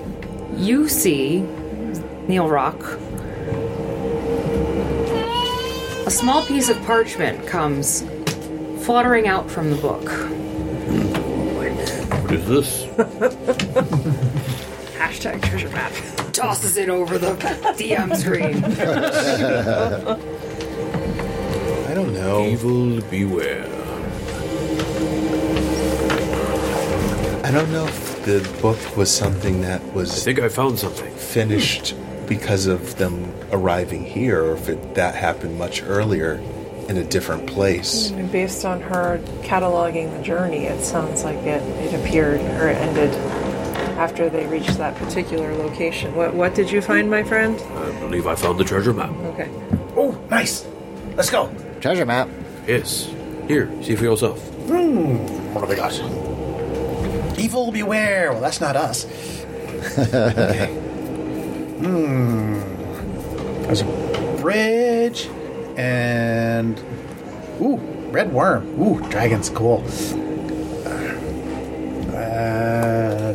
Speaker 2: you see Neil Rock. A small piece of parchment comes fluttering out from the book.
Speaker 5: What is this?
Speaker 4: *laughs* Hashtag treasure map.
Speaker 2: Tosses it over the DM
Speaker 4: *laughs*
Speaker 2: screen.
Speaker 7: I don't know.
Speaker 5: Evil beware.
Speaker 7: I don't know if the book was something that
Speaker 5: I
Speaker 7: was
Speaker 5: think I found something.
Speaker 7: finished because of them arriving here, or if it, that happened much earlier in a different place.
Speaker 4: And based on her cataloging the journey, it sounds like it, it appeared or it ended after they reached that particular location. What, what did you find, my friend?
Speaker 5: I believe I found the treasure map.
Speaker 4: Okay.
Speaker 3: Oh, nice. Let's go.
Speaker 6: Treasure map. *laughs*
Speaker 5: Yes. Here, see for yourself.
Speaker 3: What have we got? Evil beware. Well, that's not us. okay. Hmm. There's a bridge and ooh, red worm. Ooh, dragon's cool. Uh,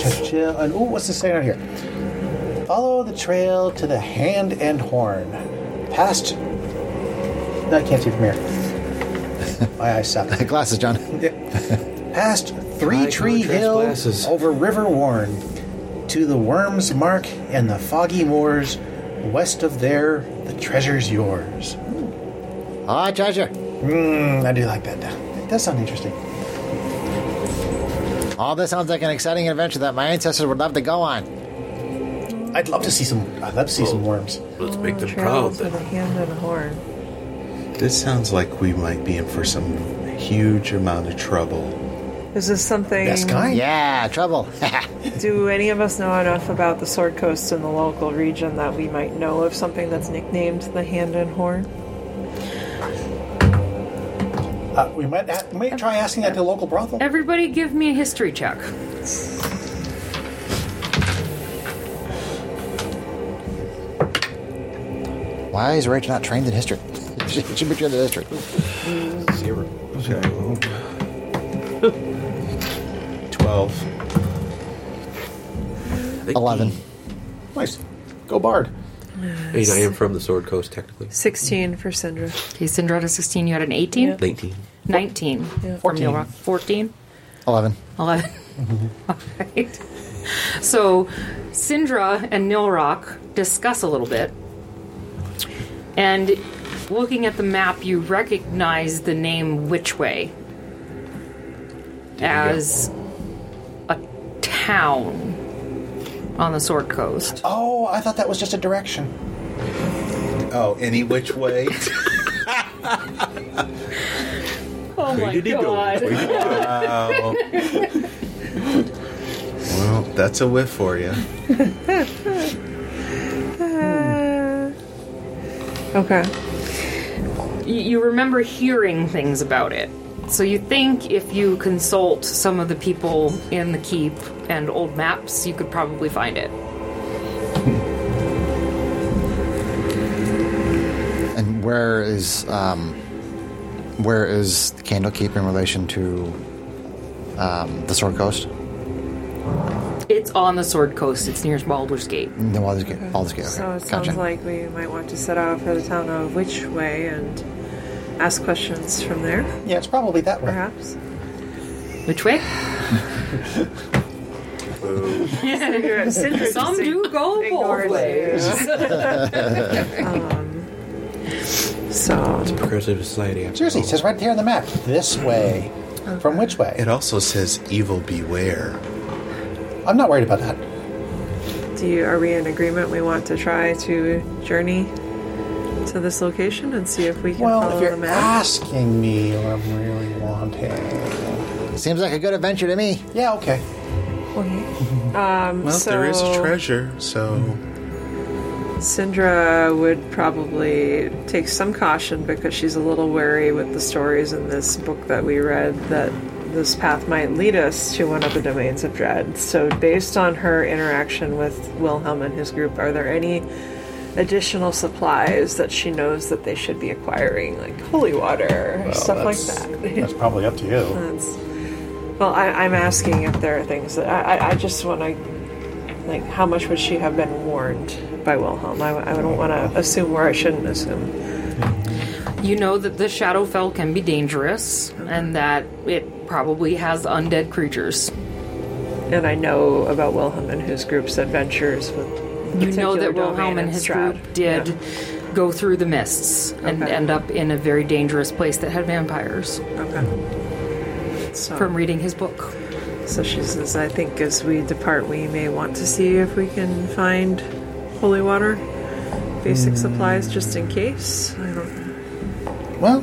Speaker 3: just chill. And ooh, what's this thing on here? Follow the trail to the hand and horn. Past. No, I can't see from here. My eyes suck.
Speaker 6: Glasses, John. *laughs*
Speaker 3: Past Three
Speaker 5: Mike,
Speaker 3: Tree
Speaker 5: no dress
Speaker 3: Hill
Speaker 5: glasses.
Speaker 3: over River Warren to the Worm's Mark and the Foggy Moors. West of there, the treasure's yours.
Speaker 6: Ah, treasure.
Speaker 3: Mm, I do like that. That does sound interesting.
Speaker 6: All this sounds like an exciting adventure that my ancestors would love to go on.
Speaker 3: I'd love to see some. I'd love to see some worms.
Speaker 2: Oh,
Speaker 5: Let's make them proud
Speaker 4: Trails with a
Speaker 5: then.
Speaker 4: hand and a horn.
Speaker 7: This sounds like we might be in for some huge amount of trouble.
Speaker 4: Is this something?
Speaker 3: Best kind.
Speaker 6: Yeah, trouble. *laughs*
Speaker 4: Do any of us know enough about the Sword Coast in the local region that we might know of something that's nicknamed the Hand and Horn?
Speaker 3: Uh, we might. a- We might try asking that to a local brothel.
Speaker 2: Everybody give me a history check.
Speaker 6: Why is Rachel not trained in history? *laughs* she should be trained in history.
Speaker 7: Twelve.
Speaker 6: Eleven.
Speaker 3: Nice. Go Bard.
Speaker 5: Eight, I am from the Sword Coast, technically.
Speaker 4: 16 for Sindra.
Speaker 2: Okay, Sindra to 16, you had an 18?
Speaker 4: Yeah.
Speaker 5: 19.
Speaker 2: 19. From Neil Rock. 14?
Speaker 6: Eleven.
Speaker 2: 11. All *laughs* right. So Sindra and Nilrock discuss a little bit. And looking at the map, you recognize the name Witchway as a town on the Sword Coast.
Speaker 3: Oh, I thought that was just a direction.
Speaker 7: Oh, any which way?
Speaker 2: Oh my god.
Speaker 7: well, that's a whiff for you.
Speaker 4: Okay.
Speaker 2: You remember hearing things about it. So you think if you consult some of the people in the keep and old maps, you could probably find it.
Speaker 6: And where is um, where is Candlekeep in relation to um, the Sword Coast?
Speaker 2: It's on the Sword Coast. It's near Baldur's Gate.
Speaker 6: No, Baldur's Gate. Baldur's Gate. Okay.
Speaker 4: So it sounds
Speaker 6: gotcha.
Speaker 4: like we might want to set out for the town of which way and ask questions from there,
Speaker 3: Yeah, it's probably that way.
Speaker 4: perhaps.
Speaker 2: Which way?
Speaker 4: *laughs* Sindra,
Speaker 2: Some do go both ways.
Speaker 4: Um, So
Speaker 5: Progressive society. after
Speaker 3: Seriously,
Speaker 5: all.
Speaker 3: it says right here on the map. This way. From which way?
Speaker 7: It also says evil beware.
Speaker 3: I'm not worried about that.
Speaker 4: Do you, are we in agreement we want to try to journey to this location and see if we can
Speaker 3: Well,
Speaker 4: follow
Speaker 3: if
Speaker 4: the
Speaker 3: you're
Speaker 4: map?
Speaker 3: asking me, what I'm really wanting.
Speaker 6: Seems like a good adventure to me.
Speaker 3: Yeah. Okay. Ah.
Speaker 7: Well, there is a
Speaker 4: So-
Speaker 7: treasure, so
Speaker 4: Sindra would probably take some caution because she's a little wary with the stories in this book that we read that this path might lead us to one of the domains of dread. So, based on her interaction with Wilhelm and his group, are there any additional supplies that she knows that they should be acquiring, like holy water, stuff like that? *laughs*
Speaker 3: That's probably up to you.
Speaker 4: That's, well, I, I'm asking if there are things that I, I, I just want to, like, how much would she have been warned by Wilhelm? I, I don't want to assume where I shouldn't assume.
Speaker 2: You know that the Shadowfell can be dangerous and that it probably has undead creatures.
Speaker 4: and I know about Wilhelm and his group's adventures with.
Speaker 2: You know
Speaker 4: particular
Speaker 2: that
Speaker 4: domain
Speaker 2: Wilhelm and
Speaker 4: in
Speaker 2: his
Speaker 4: Strahd.
Speaker 2: group did
Speaker 4: Yeah.
Speaker 2: go through the mists and
Speaker 4: Okay.
Speaker 2: end up in a very dangerous place that had vampires
Speaker 4: Okay. So,
Speaker 2: from reading his book.
Speaker 4: so she says, I think as we depart, we may want to see if we can find holy water, basic supplies, just in case. I don't.
Speaker 6: Well,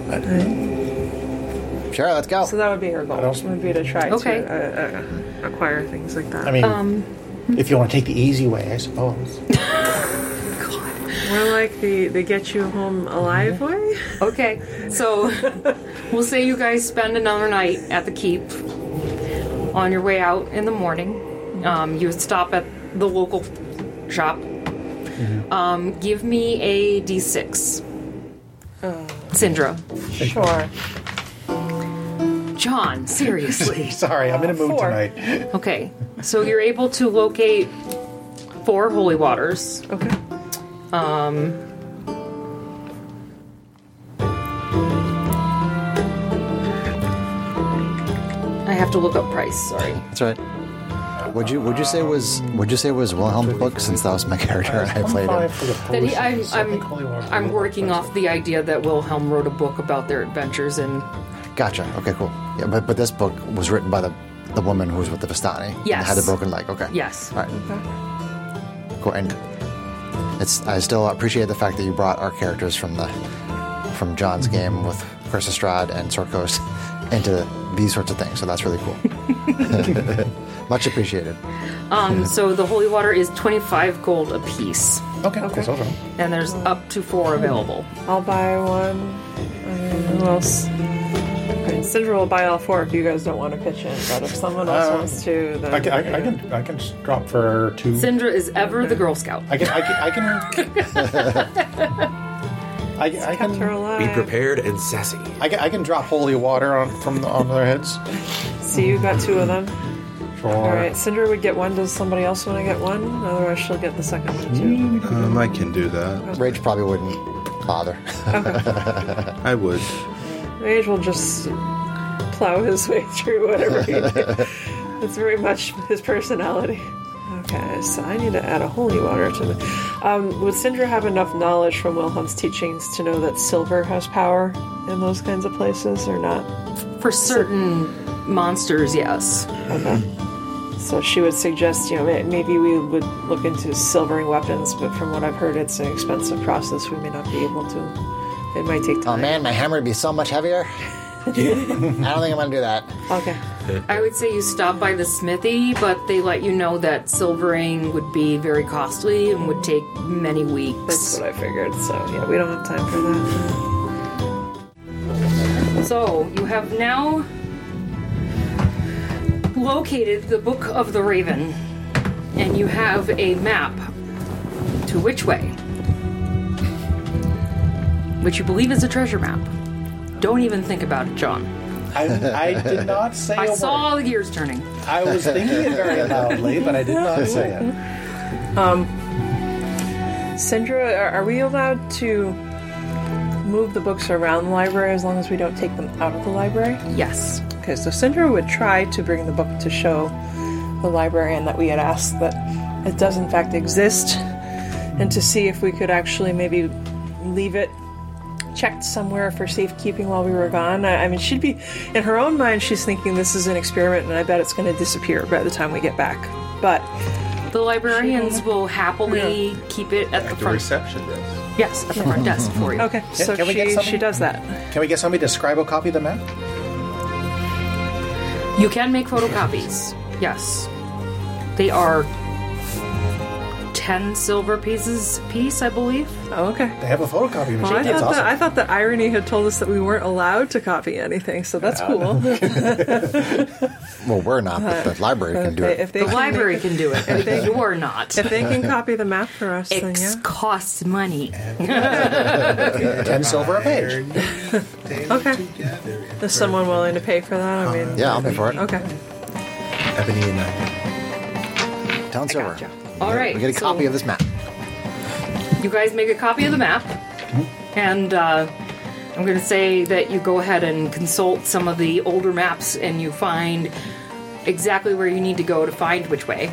Speaker 6: sure, let's go.
Speaker 4: So that would be her goal. Would be to try
Speaker 2: Okay.
Speaker 4: to uh, uh, acquire things like that.
Speaker 3: I mean, if you want to take the easy way, I *laughs* suppose.
Speaker 4: More like the the get you home alive
Speaker 3: Mm-hmm.
Speaker 4: way.
Speaker 2: Okay, *laughs* so we'll say you guys spend another night at the keep. On your way out in the morning, um, you would stop at the local shop. Um, give me a d6. Syndra.
Speaker 4: Sure.
Speaker 2: John, *laughs* seriously.
Speaker 3: *laughs* Sorry, I'm in a mood
Speaker 4: Four.
Speaker 3: tonight.
Speaker 2: Okay, so you're able to locate four holy waters.
Speaker 4: Okay.
Speaker 2: I have to look up price. Sorry.
Speaker 6: That's right. Would you would you say was would you say was Wilhelm's book since that was my character and I played
Speaker 3: Five
Speaker 6: him?
Speaker 3: for the *laughs*
Speaker 2: That he,
Speaker 3: potion,
Speaker 2: I'm,
Speaker 3: so I
Speaker 2: I'm,
Speaker 3: think holy water-
Speaker 2: I'm working off the idea that Wilhelm wrote a book about their adventures in.
Speaker 6: Gotcha. Okay, cool. Yeah, but but this book was written by the the woman who was with the Vistani. and
Speaker 2: Yes.
Speaker 6: had the broken leg. Okay.
Speaker 2: Yes.
Speaker 6: All right. Cool. And it's I still appreciate the fact that you brought our characters from the from John's
Speaker 4: Mm-hmm.
Speaker 6: game with Chris Estrad and Sorkos into these sorts of things. So that's really cool.
Speaker 4: *laughs*
Speaker 6: Much appreciated.
Speaker 2: Um, so the holy water is 25 gold apiece,
Speaker 3: Okay, okay. that's over.
Speaker 2: and there's up to four available.
Speaker 4: I'll buy one. Um, who else? I mean, Sindra will buy all four if you guys don't want to pitch in, but if someone else
Speaker 3: Um,
Speaker 4: wants to, then
Speaker 3: I can, I, can- I can, I can just drop for two.
Speaker 2: Sindra is ever the Girl Scout.
Speaker 3: I can, I can, I *laughs* can. I, can- I
Speaker 4: Kept her
Speaker 3: can,
Speaker 4: alive.
Speaker 5: Be prepared and sassy.
Speaker 3: I can, I can drop holy water on from the, on their heads.
Speaker 4: So you got two of them.
Speaker 3: Sure.
Speaker 4: All right, Cinder would get one. Does somebody else want to get one? Otherwise, she'll get the second one
Speaker 3: Mm.
Speaker 4: too.
Speaker 7: Um, I can do that.
Speaker 6: Rage probably wouldn't bother.
Speaker 7: I would.
Speaker 4: Mage will just plow his way *laughs* through whatever he That's very much his personality. Okay, so I need to add a holy water to the. Um, would Cinder have enough knowledge from Wilhelm's teachings to know that silver has power in those kinds of places or not?
Speaker 2: For certain monsters, yes.
Speaker 4: So she would suggest, you know, may- maybe we would look into silvering weapons, but from what I've heard, it's an expensive process. We may not be able to. It might take
Speaker 6: Oh
Speaker 4: time.
Speaker 6: man, my hammer would be so much heavier. I don't think I'm gonna do that.
Speaker 4: Okay.
Speaker 2: I would say you stop by the smithy, but they let you know that silvering would be very costly and would take many
Speaker 4: That's
Speaker 2: weeks.
Speaker 4: what I figured. So yeah, we don't have time for that.
Speaker 2: So you have now located the Book of the Raven, and you have a map to which way, which you believe is a treasure map. Don't even think about it, John.
Speaker 3: I, I did not say
Speaker 2: I
Speaker 3: a word.
Speaker 2: saw the gears turning.
Speaker 3: I
Speaker 6: *laughs*
Speaker 3: was thinking it very loudly, but I did not say it.
Speaker 4: Sindra, are, are we allowed to move the books around the library as long as we don't take them out of the library?
Speaker 2: Yes.
Speaker 4: Okay, so Sindra would try to bring the book to show the librarian that we had asked that it does in fact exist, and to see if we could actually maybe leave it checked somewhere for safekeeping while we were gone. I, I mean, she'd be in her own mind, she's thinking this is an experiment, and I bet it's going to disappear by the time we get back. But
Speaker 2: The librarians will happily keep it at the
Speaker 7: The
Speaker 2: front.
Speaker 7: reception desk.
Speaker 2: Yes, at the front
Speaker 4: Mm-hmm.
Speaker 2: desk for you.
Speaker 4: okay, so
Speaker 3: can we get
Speaker 4: she
Speaker 3: something?
Speaker 4: she does that.
Speaker 3: Can we get somebody to scribe a copy of the map?
Speaker 2: You can make photocopies. Yes. They are ten silver pieces piece, I believe.
Speaker 4: Oh, okay.
Speaker 3: They have a photocopy machine.
Speaker 4: Well, I
Speaker 3: That's
Speaker 4: thought,
Speaker 3: awesome.
Speaker 4: the, I thought the irony had told us that we weren't allowed to copy anything, so that's cool.
Speaker 6: Well, we're not, but the library can do
Speaker 4: They-
Speaker 6: it.
Speaker 4: they
Speaker 2: The
Speaker 4: can-
Speaker 2: library can
Speaker 4: *laughs*
Speaker 2: do it.
Speaker 4: they-
Speaker 2: You're not.
Speaker 4: if they can copy the map for us, then
Speaker 2: X
Speaker 4: yeah.
Speaker 2: costs money.
Speaker 3: Ten silver a page.
Speaker 4: Okay.
Speaker 7: Together.
Speaker 4: Is someone willing to pay for that? I mean,
Speaker 6: Yeah, I'll pay for it.
Speaker 4: Okay.
Speaker 7: Ebony and I.
Speaker 6: Town silver.
Speaker 4: gotcha.
Speaker 2: All right.
Speaker 6: We get a
Speaker 2: so
Speaker 6: copy of this map.
Speaker 2: You guys make a copy of the map, and uh, I'm going to say that you go ahead and consult some of the older maps, and you find exactly where you need to go to find which way.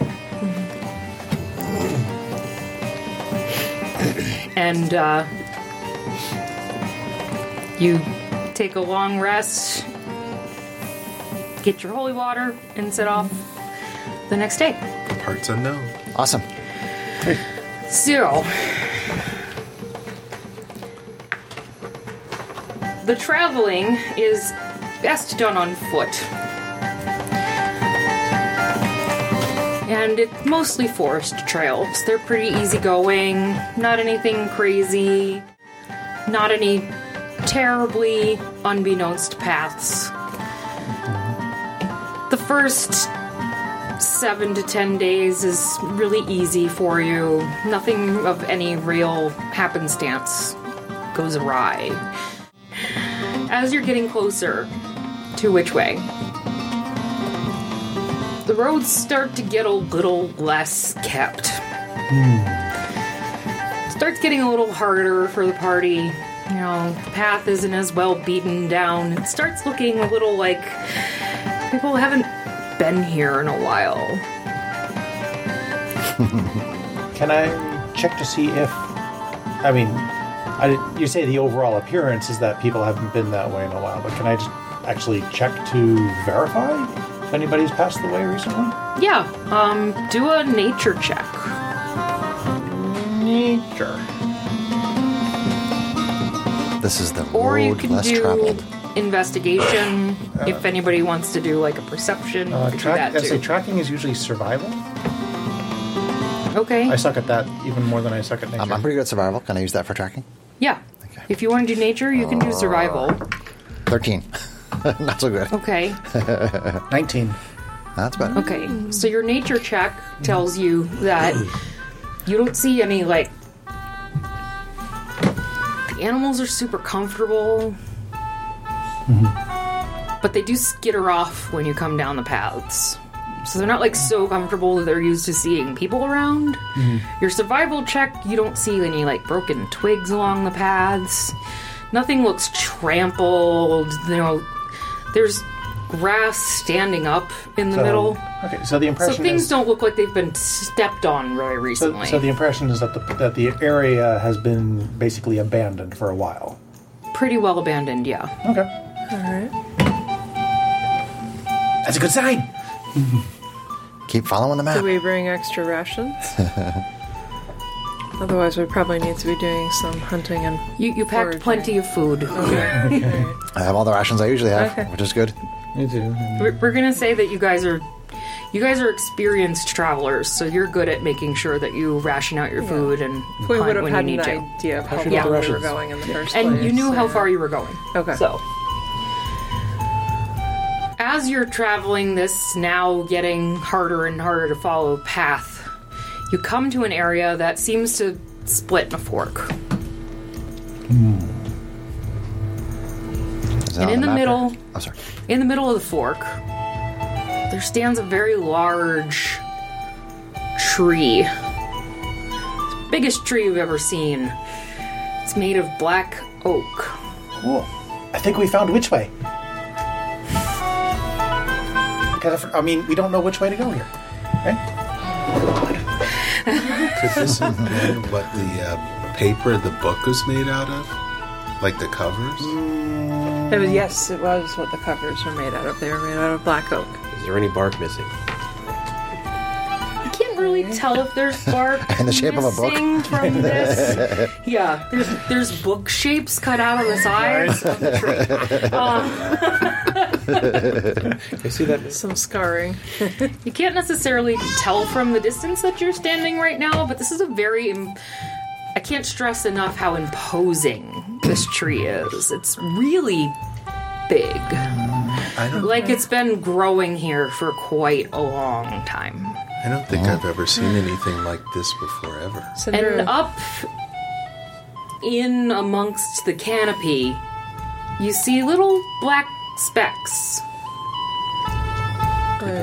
Speaker 2: and uh, you take a long rest, get your holy water, and set off the next day.
Speaker 7: Parts unknown.
Speaker 6: Awesome.
Speaker 2: Zero. The traveling is best done on foot. And it's mostly forest trails. They're pretty easygoing, not anything crazy, not any terribly unbeknownst paths. The first seven to ten days is really easy for you. Nothing of any real happenstance goes awry. As you're getting closer to which way, the roads start to get a little less kept. Starts getting a little harder for the party. You know, the path isn't as well beaten down. It starts looking a little like people haven't been here in a while.
Speaker 3: Can I check to see if? I mean, I, you say the overall appearance is that people haven't been that way in a while, but can I just actually check to verify if anybody's passed the way recently?
Speaker 2: Yeah, um, do a nature check.
Speaker 6: Mm-hmm.
Speaker 3: Nature.
Speaker 6: This is the
Speaker 2: Or you
Speaker 6: road
Speaker 2: can
Speaker 6: less
Speaker 2: do
Speaker 6: traveled.
Speaker 2: investigation if anybody wants to do like a perception.
Speaker 3: Uh,
Speaker 2: you could do
Speaker 3: track,
Speaker 2: that
Speaker 3: I say
Speaker 2: too.
Speaker 3: tracking is usually survival.
Speaker 2: okay.
Speaker 3: I suck at that even more than I suck at nature.
Speaker 6: I'm, I'm pretty good at survival. Can I use that for tracking?
Speaker 2: yeah. If you want to do nature, you can do
Speaker 6: Uh,
Speaker 2: survival.
Speaker 6: 13. *laughs* Not so good.
Speaker 2: Okay.
Speaker 3: 19.
Speaker 6: That's better.
Speaker 2: Okay. So your nature check tells you that you don't see any like the animals are super comfortable. But they do skitter off when you come down the paths. So they're not like so comfortable that they're used to seeing people around. Your survival check, you don't see any like broken twigs along the paths. Nothing looks trampled. You know, there's grass standing up in the middle.
Speaker 3: Um, Okay, so the
Speaker 2: So
Speaker 3: impression
Speaker 2: things
Speaker 3: is,
Speaker 2: don't look like they've been stepped on very
Speaker 3: so,
Speaker 2: recently.
Speaker 3: so the impression is that the that the area has been basically abandoned for a while.
Speaker 2: Pretty well abandoned, yeah.
Speaker 3: Okay.
Speaker 4: All right.
Speaker 3: That's a good sign.
Speaker 6: Keep following the map.
Speaker 4: Do we bring extra rations? Otherwise, we probably need to be doing some hunting and.
Speaker 2: You, you packed
Speaker 4: Foraging.
Speaker 2: plenty of food.
Speaker 6: I have all the rations I usually have,
Speaker 4: Okay.
Speaker 6: which is good.
Speaker 3: Me too.
Speaker 2: We're, we're gonna say that you guys are, you guys are experienced travelers, so you're good at making sure that you ration out your food and
Speaker 4: If we would
Speaker 2: hunt
Speaker 4: have
Speaker 2: when
Speaker 4: had
Speaker 2: you need
Speaker 4: an
Speaker 2: to.
Speaker 4: idea of how
Speaker 3: should
Speaker 4: far
Speaker 2: have
Speaker 4: we were
Speaker 3: rations.
Speaker 4: going in the first place.
Speaker 2: and you knew how far you were going.
Speaker 4: Okay.
Speaker 2: So, as you're traveling this now getting harder and harder to follow path, you come to an area that seems to split in a fork.
Speaker 6: Is that
Speaker 2: And
Speaker 6: on
Speaker 2: in the
Speaker 6: map there?
Speaker 2: middle-
Speaker 6: Oh, sorry.
Speaker 2: In the middle of the fork, there stands a very large tree. Biggest tree you've ever seen. It's made of black oak.
Speaker 3: Cool. I think we found which way. 'Cause if- I mean, we don't know which way to go here. Right?
Speaker 7: Could this have been what the uh, paper the book was made out of? Like the covers?
Speaker 4: It was, yes, it was what the covers were made out of. They were made out of black oak.
Speaker 5: Is there any bark missing?
Speaker 2: I can't really tell if
Speaker 6: *laughs*
Speaker 2: there's bark
Speaker 6: In the shape of a book.
Speaker 2: missing from
Speaker 6: *laughs*
Speaker 2: this. yeah, there's there's book shapes cut out on the sides. of the tree. Um,
Speaker 5: You see that?
Speaker 4: Some scarring.
Speaker 2: You can't necessarily tell from the distance that you're standing right now, but this is a very. Im- I can't stress enough how imposing this tree is. It's really big.
Speaker 7: I don't,
Speaker 2: Like it's been growing here for quite a long time.
Speaker 7: I don't think I've ever seen anything like this before, ever.
Speaker 4: Cinder,
Speaker 2: And up in amongst the canopy, you see little black specks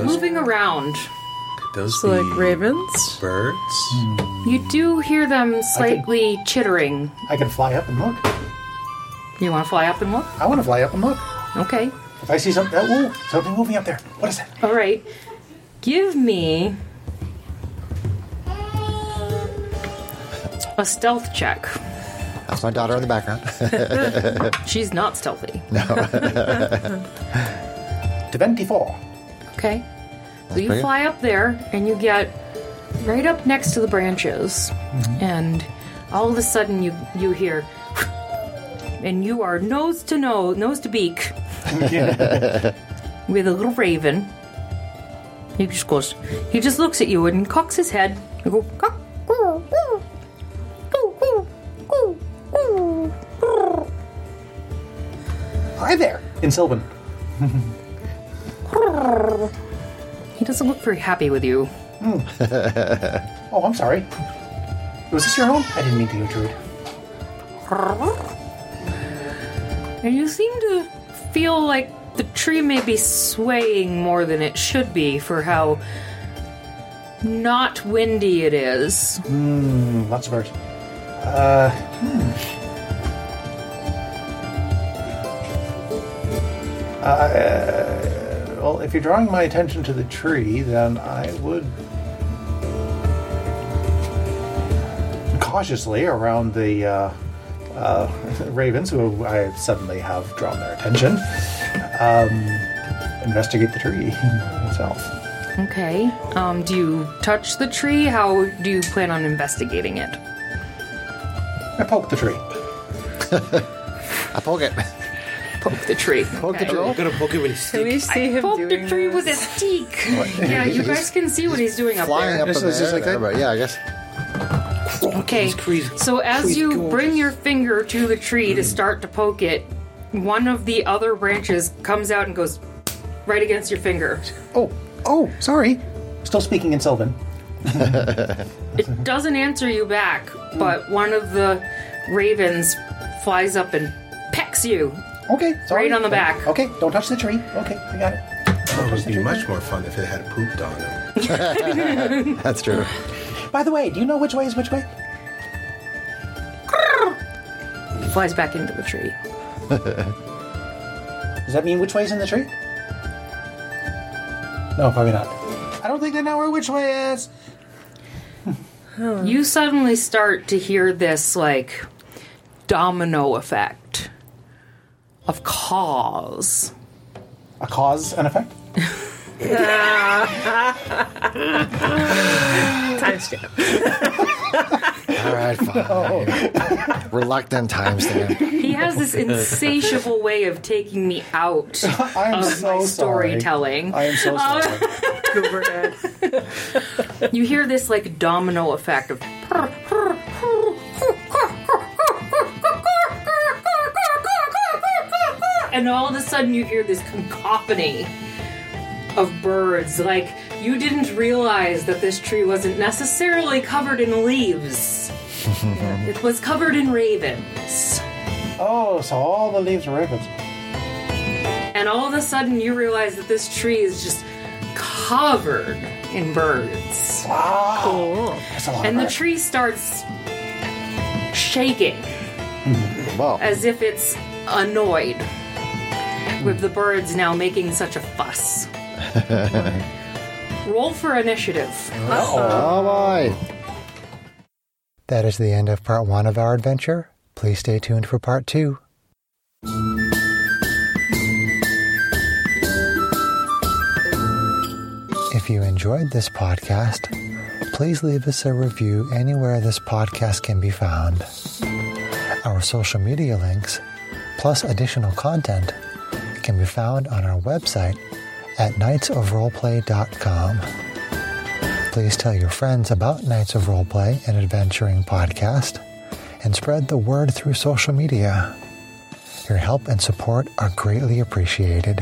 Speaker 2: moving around.
Speaker 7: Could those
Speaker 4: so
Speaker 7: be Mm.
Speaker 4: like ravens.
Speaker 7: birds?
Speaker 2: You do hear them slightly chittering.
Speaker 3: I can fly up and look.
Speaker 2: You want to fly up and look?
Speaker 3: I want to fly up and look.
Speaker 2: Okay.
Speaker 3: If I see something, oh, ooh, something moving up there. What is that?
Speaker 2: All right. Give me a stealth check.
Speaker 6: That's my daughter in the background.
Speaker 2: She's not stealthy.
Speaker 3: Twenty-four.
Speaker 2: Okay. So you
Speaker 6: pretty.
Speaker 2: fly up there and you get right up next to the branches, and all of a sudden you you hear, *laughs* and you are nose to nose, nose to beak, with a little raven. He just goes. He just looks at you and cocks his head. You go cock. coo, coo, coo, coo, coo, coo, brr."
Speaker 3: Hi there, in Sylvan.
Speaker 2: He doesn't look very happy with you.
Speaker 3: Oh, I'm sorry. Was this your home? I didn't mean to intrude.
Speaker 2: And you seem to feel like the tree may be swaying more than it should be for how not windy it is.
Speaker 3: Mm, Lots of birds. hmm. Uh, hmm. Uh, well, if you're drawing my attention to the tree, then I would cautiously around the uh, uh, *laughs* ravens, who I suddenly have drawn their attention, um, investigate the tree *laughs* itself.
Speaker 2: Okay. Um, do you touch the tree? How do you plan on investigating it?
Speaker 3: I poke the tree.
Speaker 6: I poke it.
Speaker 2: *laughs* Poke the tree.
Speaker 6: *laughs* Poke the
Speaker 2: Okay.
Speaker 6: troll.
Speaker 5: I'm gonna poke it with a
Speaker 4: Can
Speaker 5: stick.
Speaker 4: we see him
Speaker 2: Poke
Speaker 4: doing
Speaker 2: the tree
Speaker 4: this?
Speaker 2: with his steak. *laughs* yeah, you guys can see what he's doing up
Speaker 6: Flying
Speaker 2: there.
Speaker 6: up in
Speaker 7: Just-
Speaker 6: the
Speaker 7: it's just
Speaker 6: air
Speaker 7: like
Speaker 6: there,
Speaker 7: that.
Speaker 6: but yeah, I guess.
Speaker 2: Okay. So as you bring your finger to the tree to start to poke it, one of the other branches comes out and goes right against your finger.
Speaker 3: Oh, oh, sorry. Still speaking in Sylvan.
Speaker 2: It doesn't answer you back, but one of the ravens flies up and pecks you.
Speaker 3: Okay, sorry.
Speaker 2: Right on the back.
Speaker 3: Okay, don't touch the tree. Okay, I got it.
Speaker 7: Oh, It would be much more fun if it had pooped on it. *laughs*
Speaker 6: That's true.
Speaker 3: By the way, do you know which way is which way?
Speaker 2: Flies back into the tree.
Speaker 3: Does that mean which way is in the tree? No, probably not. I don't think they know where which way is.
Speaker 2: You suddenly start to hear this like domino effect of cause.
Speaker 3: A cause and effect?
Speaker 4: Timestamp.
Speaker 6: All right, fine. Reluctant times there.
Speaker 2: He has this insatiable way of taking me out
Speaker 3: I am
Speaker 2: of
Speaker 3: so
Speaker 2: Oh, my
Speaker 3: sorry.
Speaker 2: storytelling.
Speaker 3: I
Speaker 2: *laughs*
Speaker 3: am so sorry.
Speaker 4: Goober head.
Speaker 2: You hear this like domino effect of. And all of a sudden, you hear this cacophony of birds. Like, you didn't realize that this tree wasn't necessarily covered in leaves, it was covered in ravens.
Speaker 3: oh, so all the leaves are ravens.
Speaker 2: And all of a sudden, you realize that this tree is just covered in birds.
Speaker 3: That's a lot
Speaker 2: And
Speaker 3: of
Speaker 2: the
Speaker 3: birds.
Speaker 2: tree starts shaking
Speaker 6: Well,
Speaker 2: as if it's annoyed with the birds now making such a fuss. Roll for initiative.
Speaker 6: oh boy.
Speaker 1: That is the end of part one of our adventure. Please stay tuned for part two. If you enjoyed this podcast, please leave us a review anywhere this podcast can be found. Our social media links, plus additional content, can be found on our website at knightsofroleplay.com. Please tell your friends about Knights of Roleplay and Adventuring podcast and spread the word through social media. Your help and support are greatly appreciated.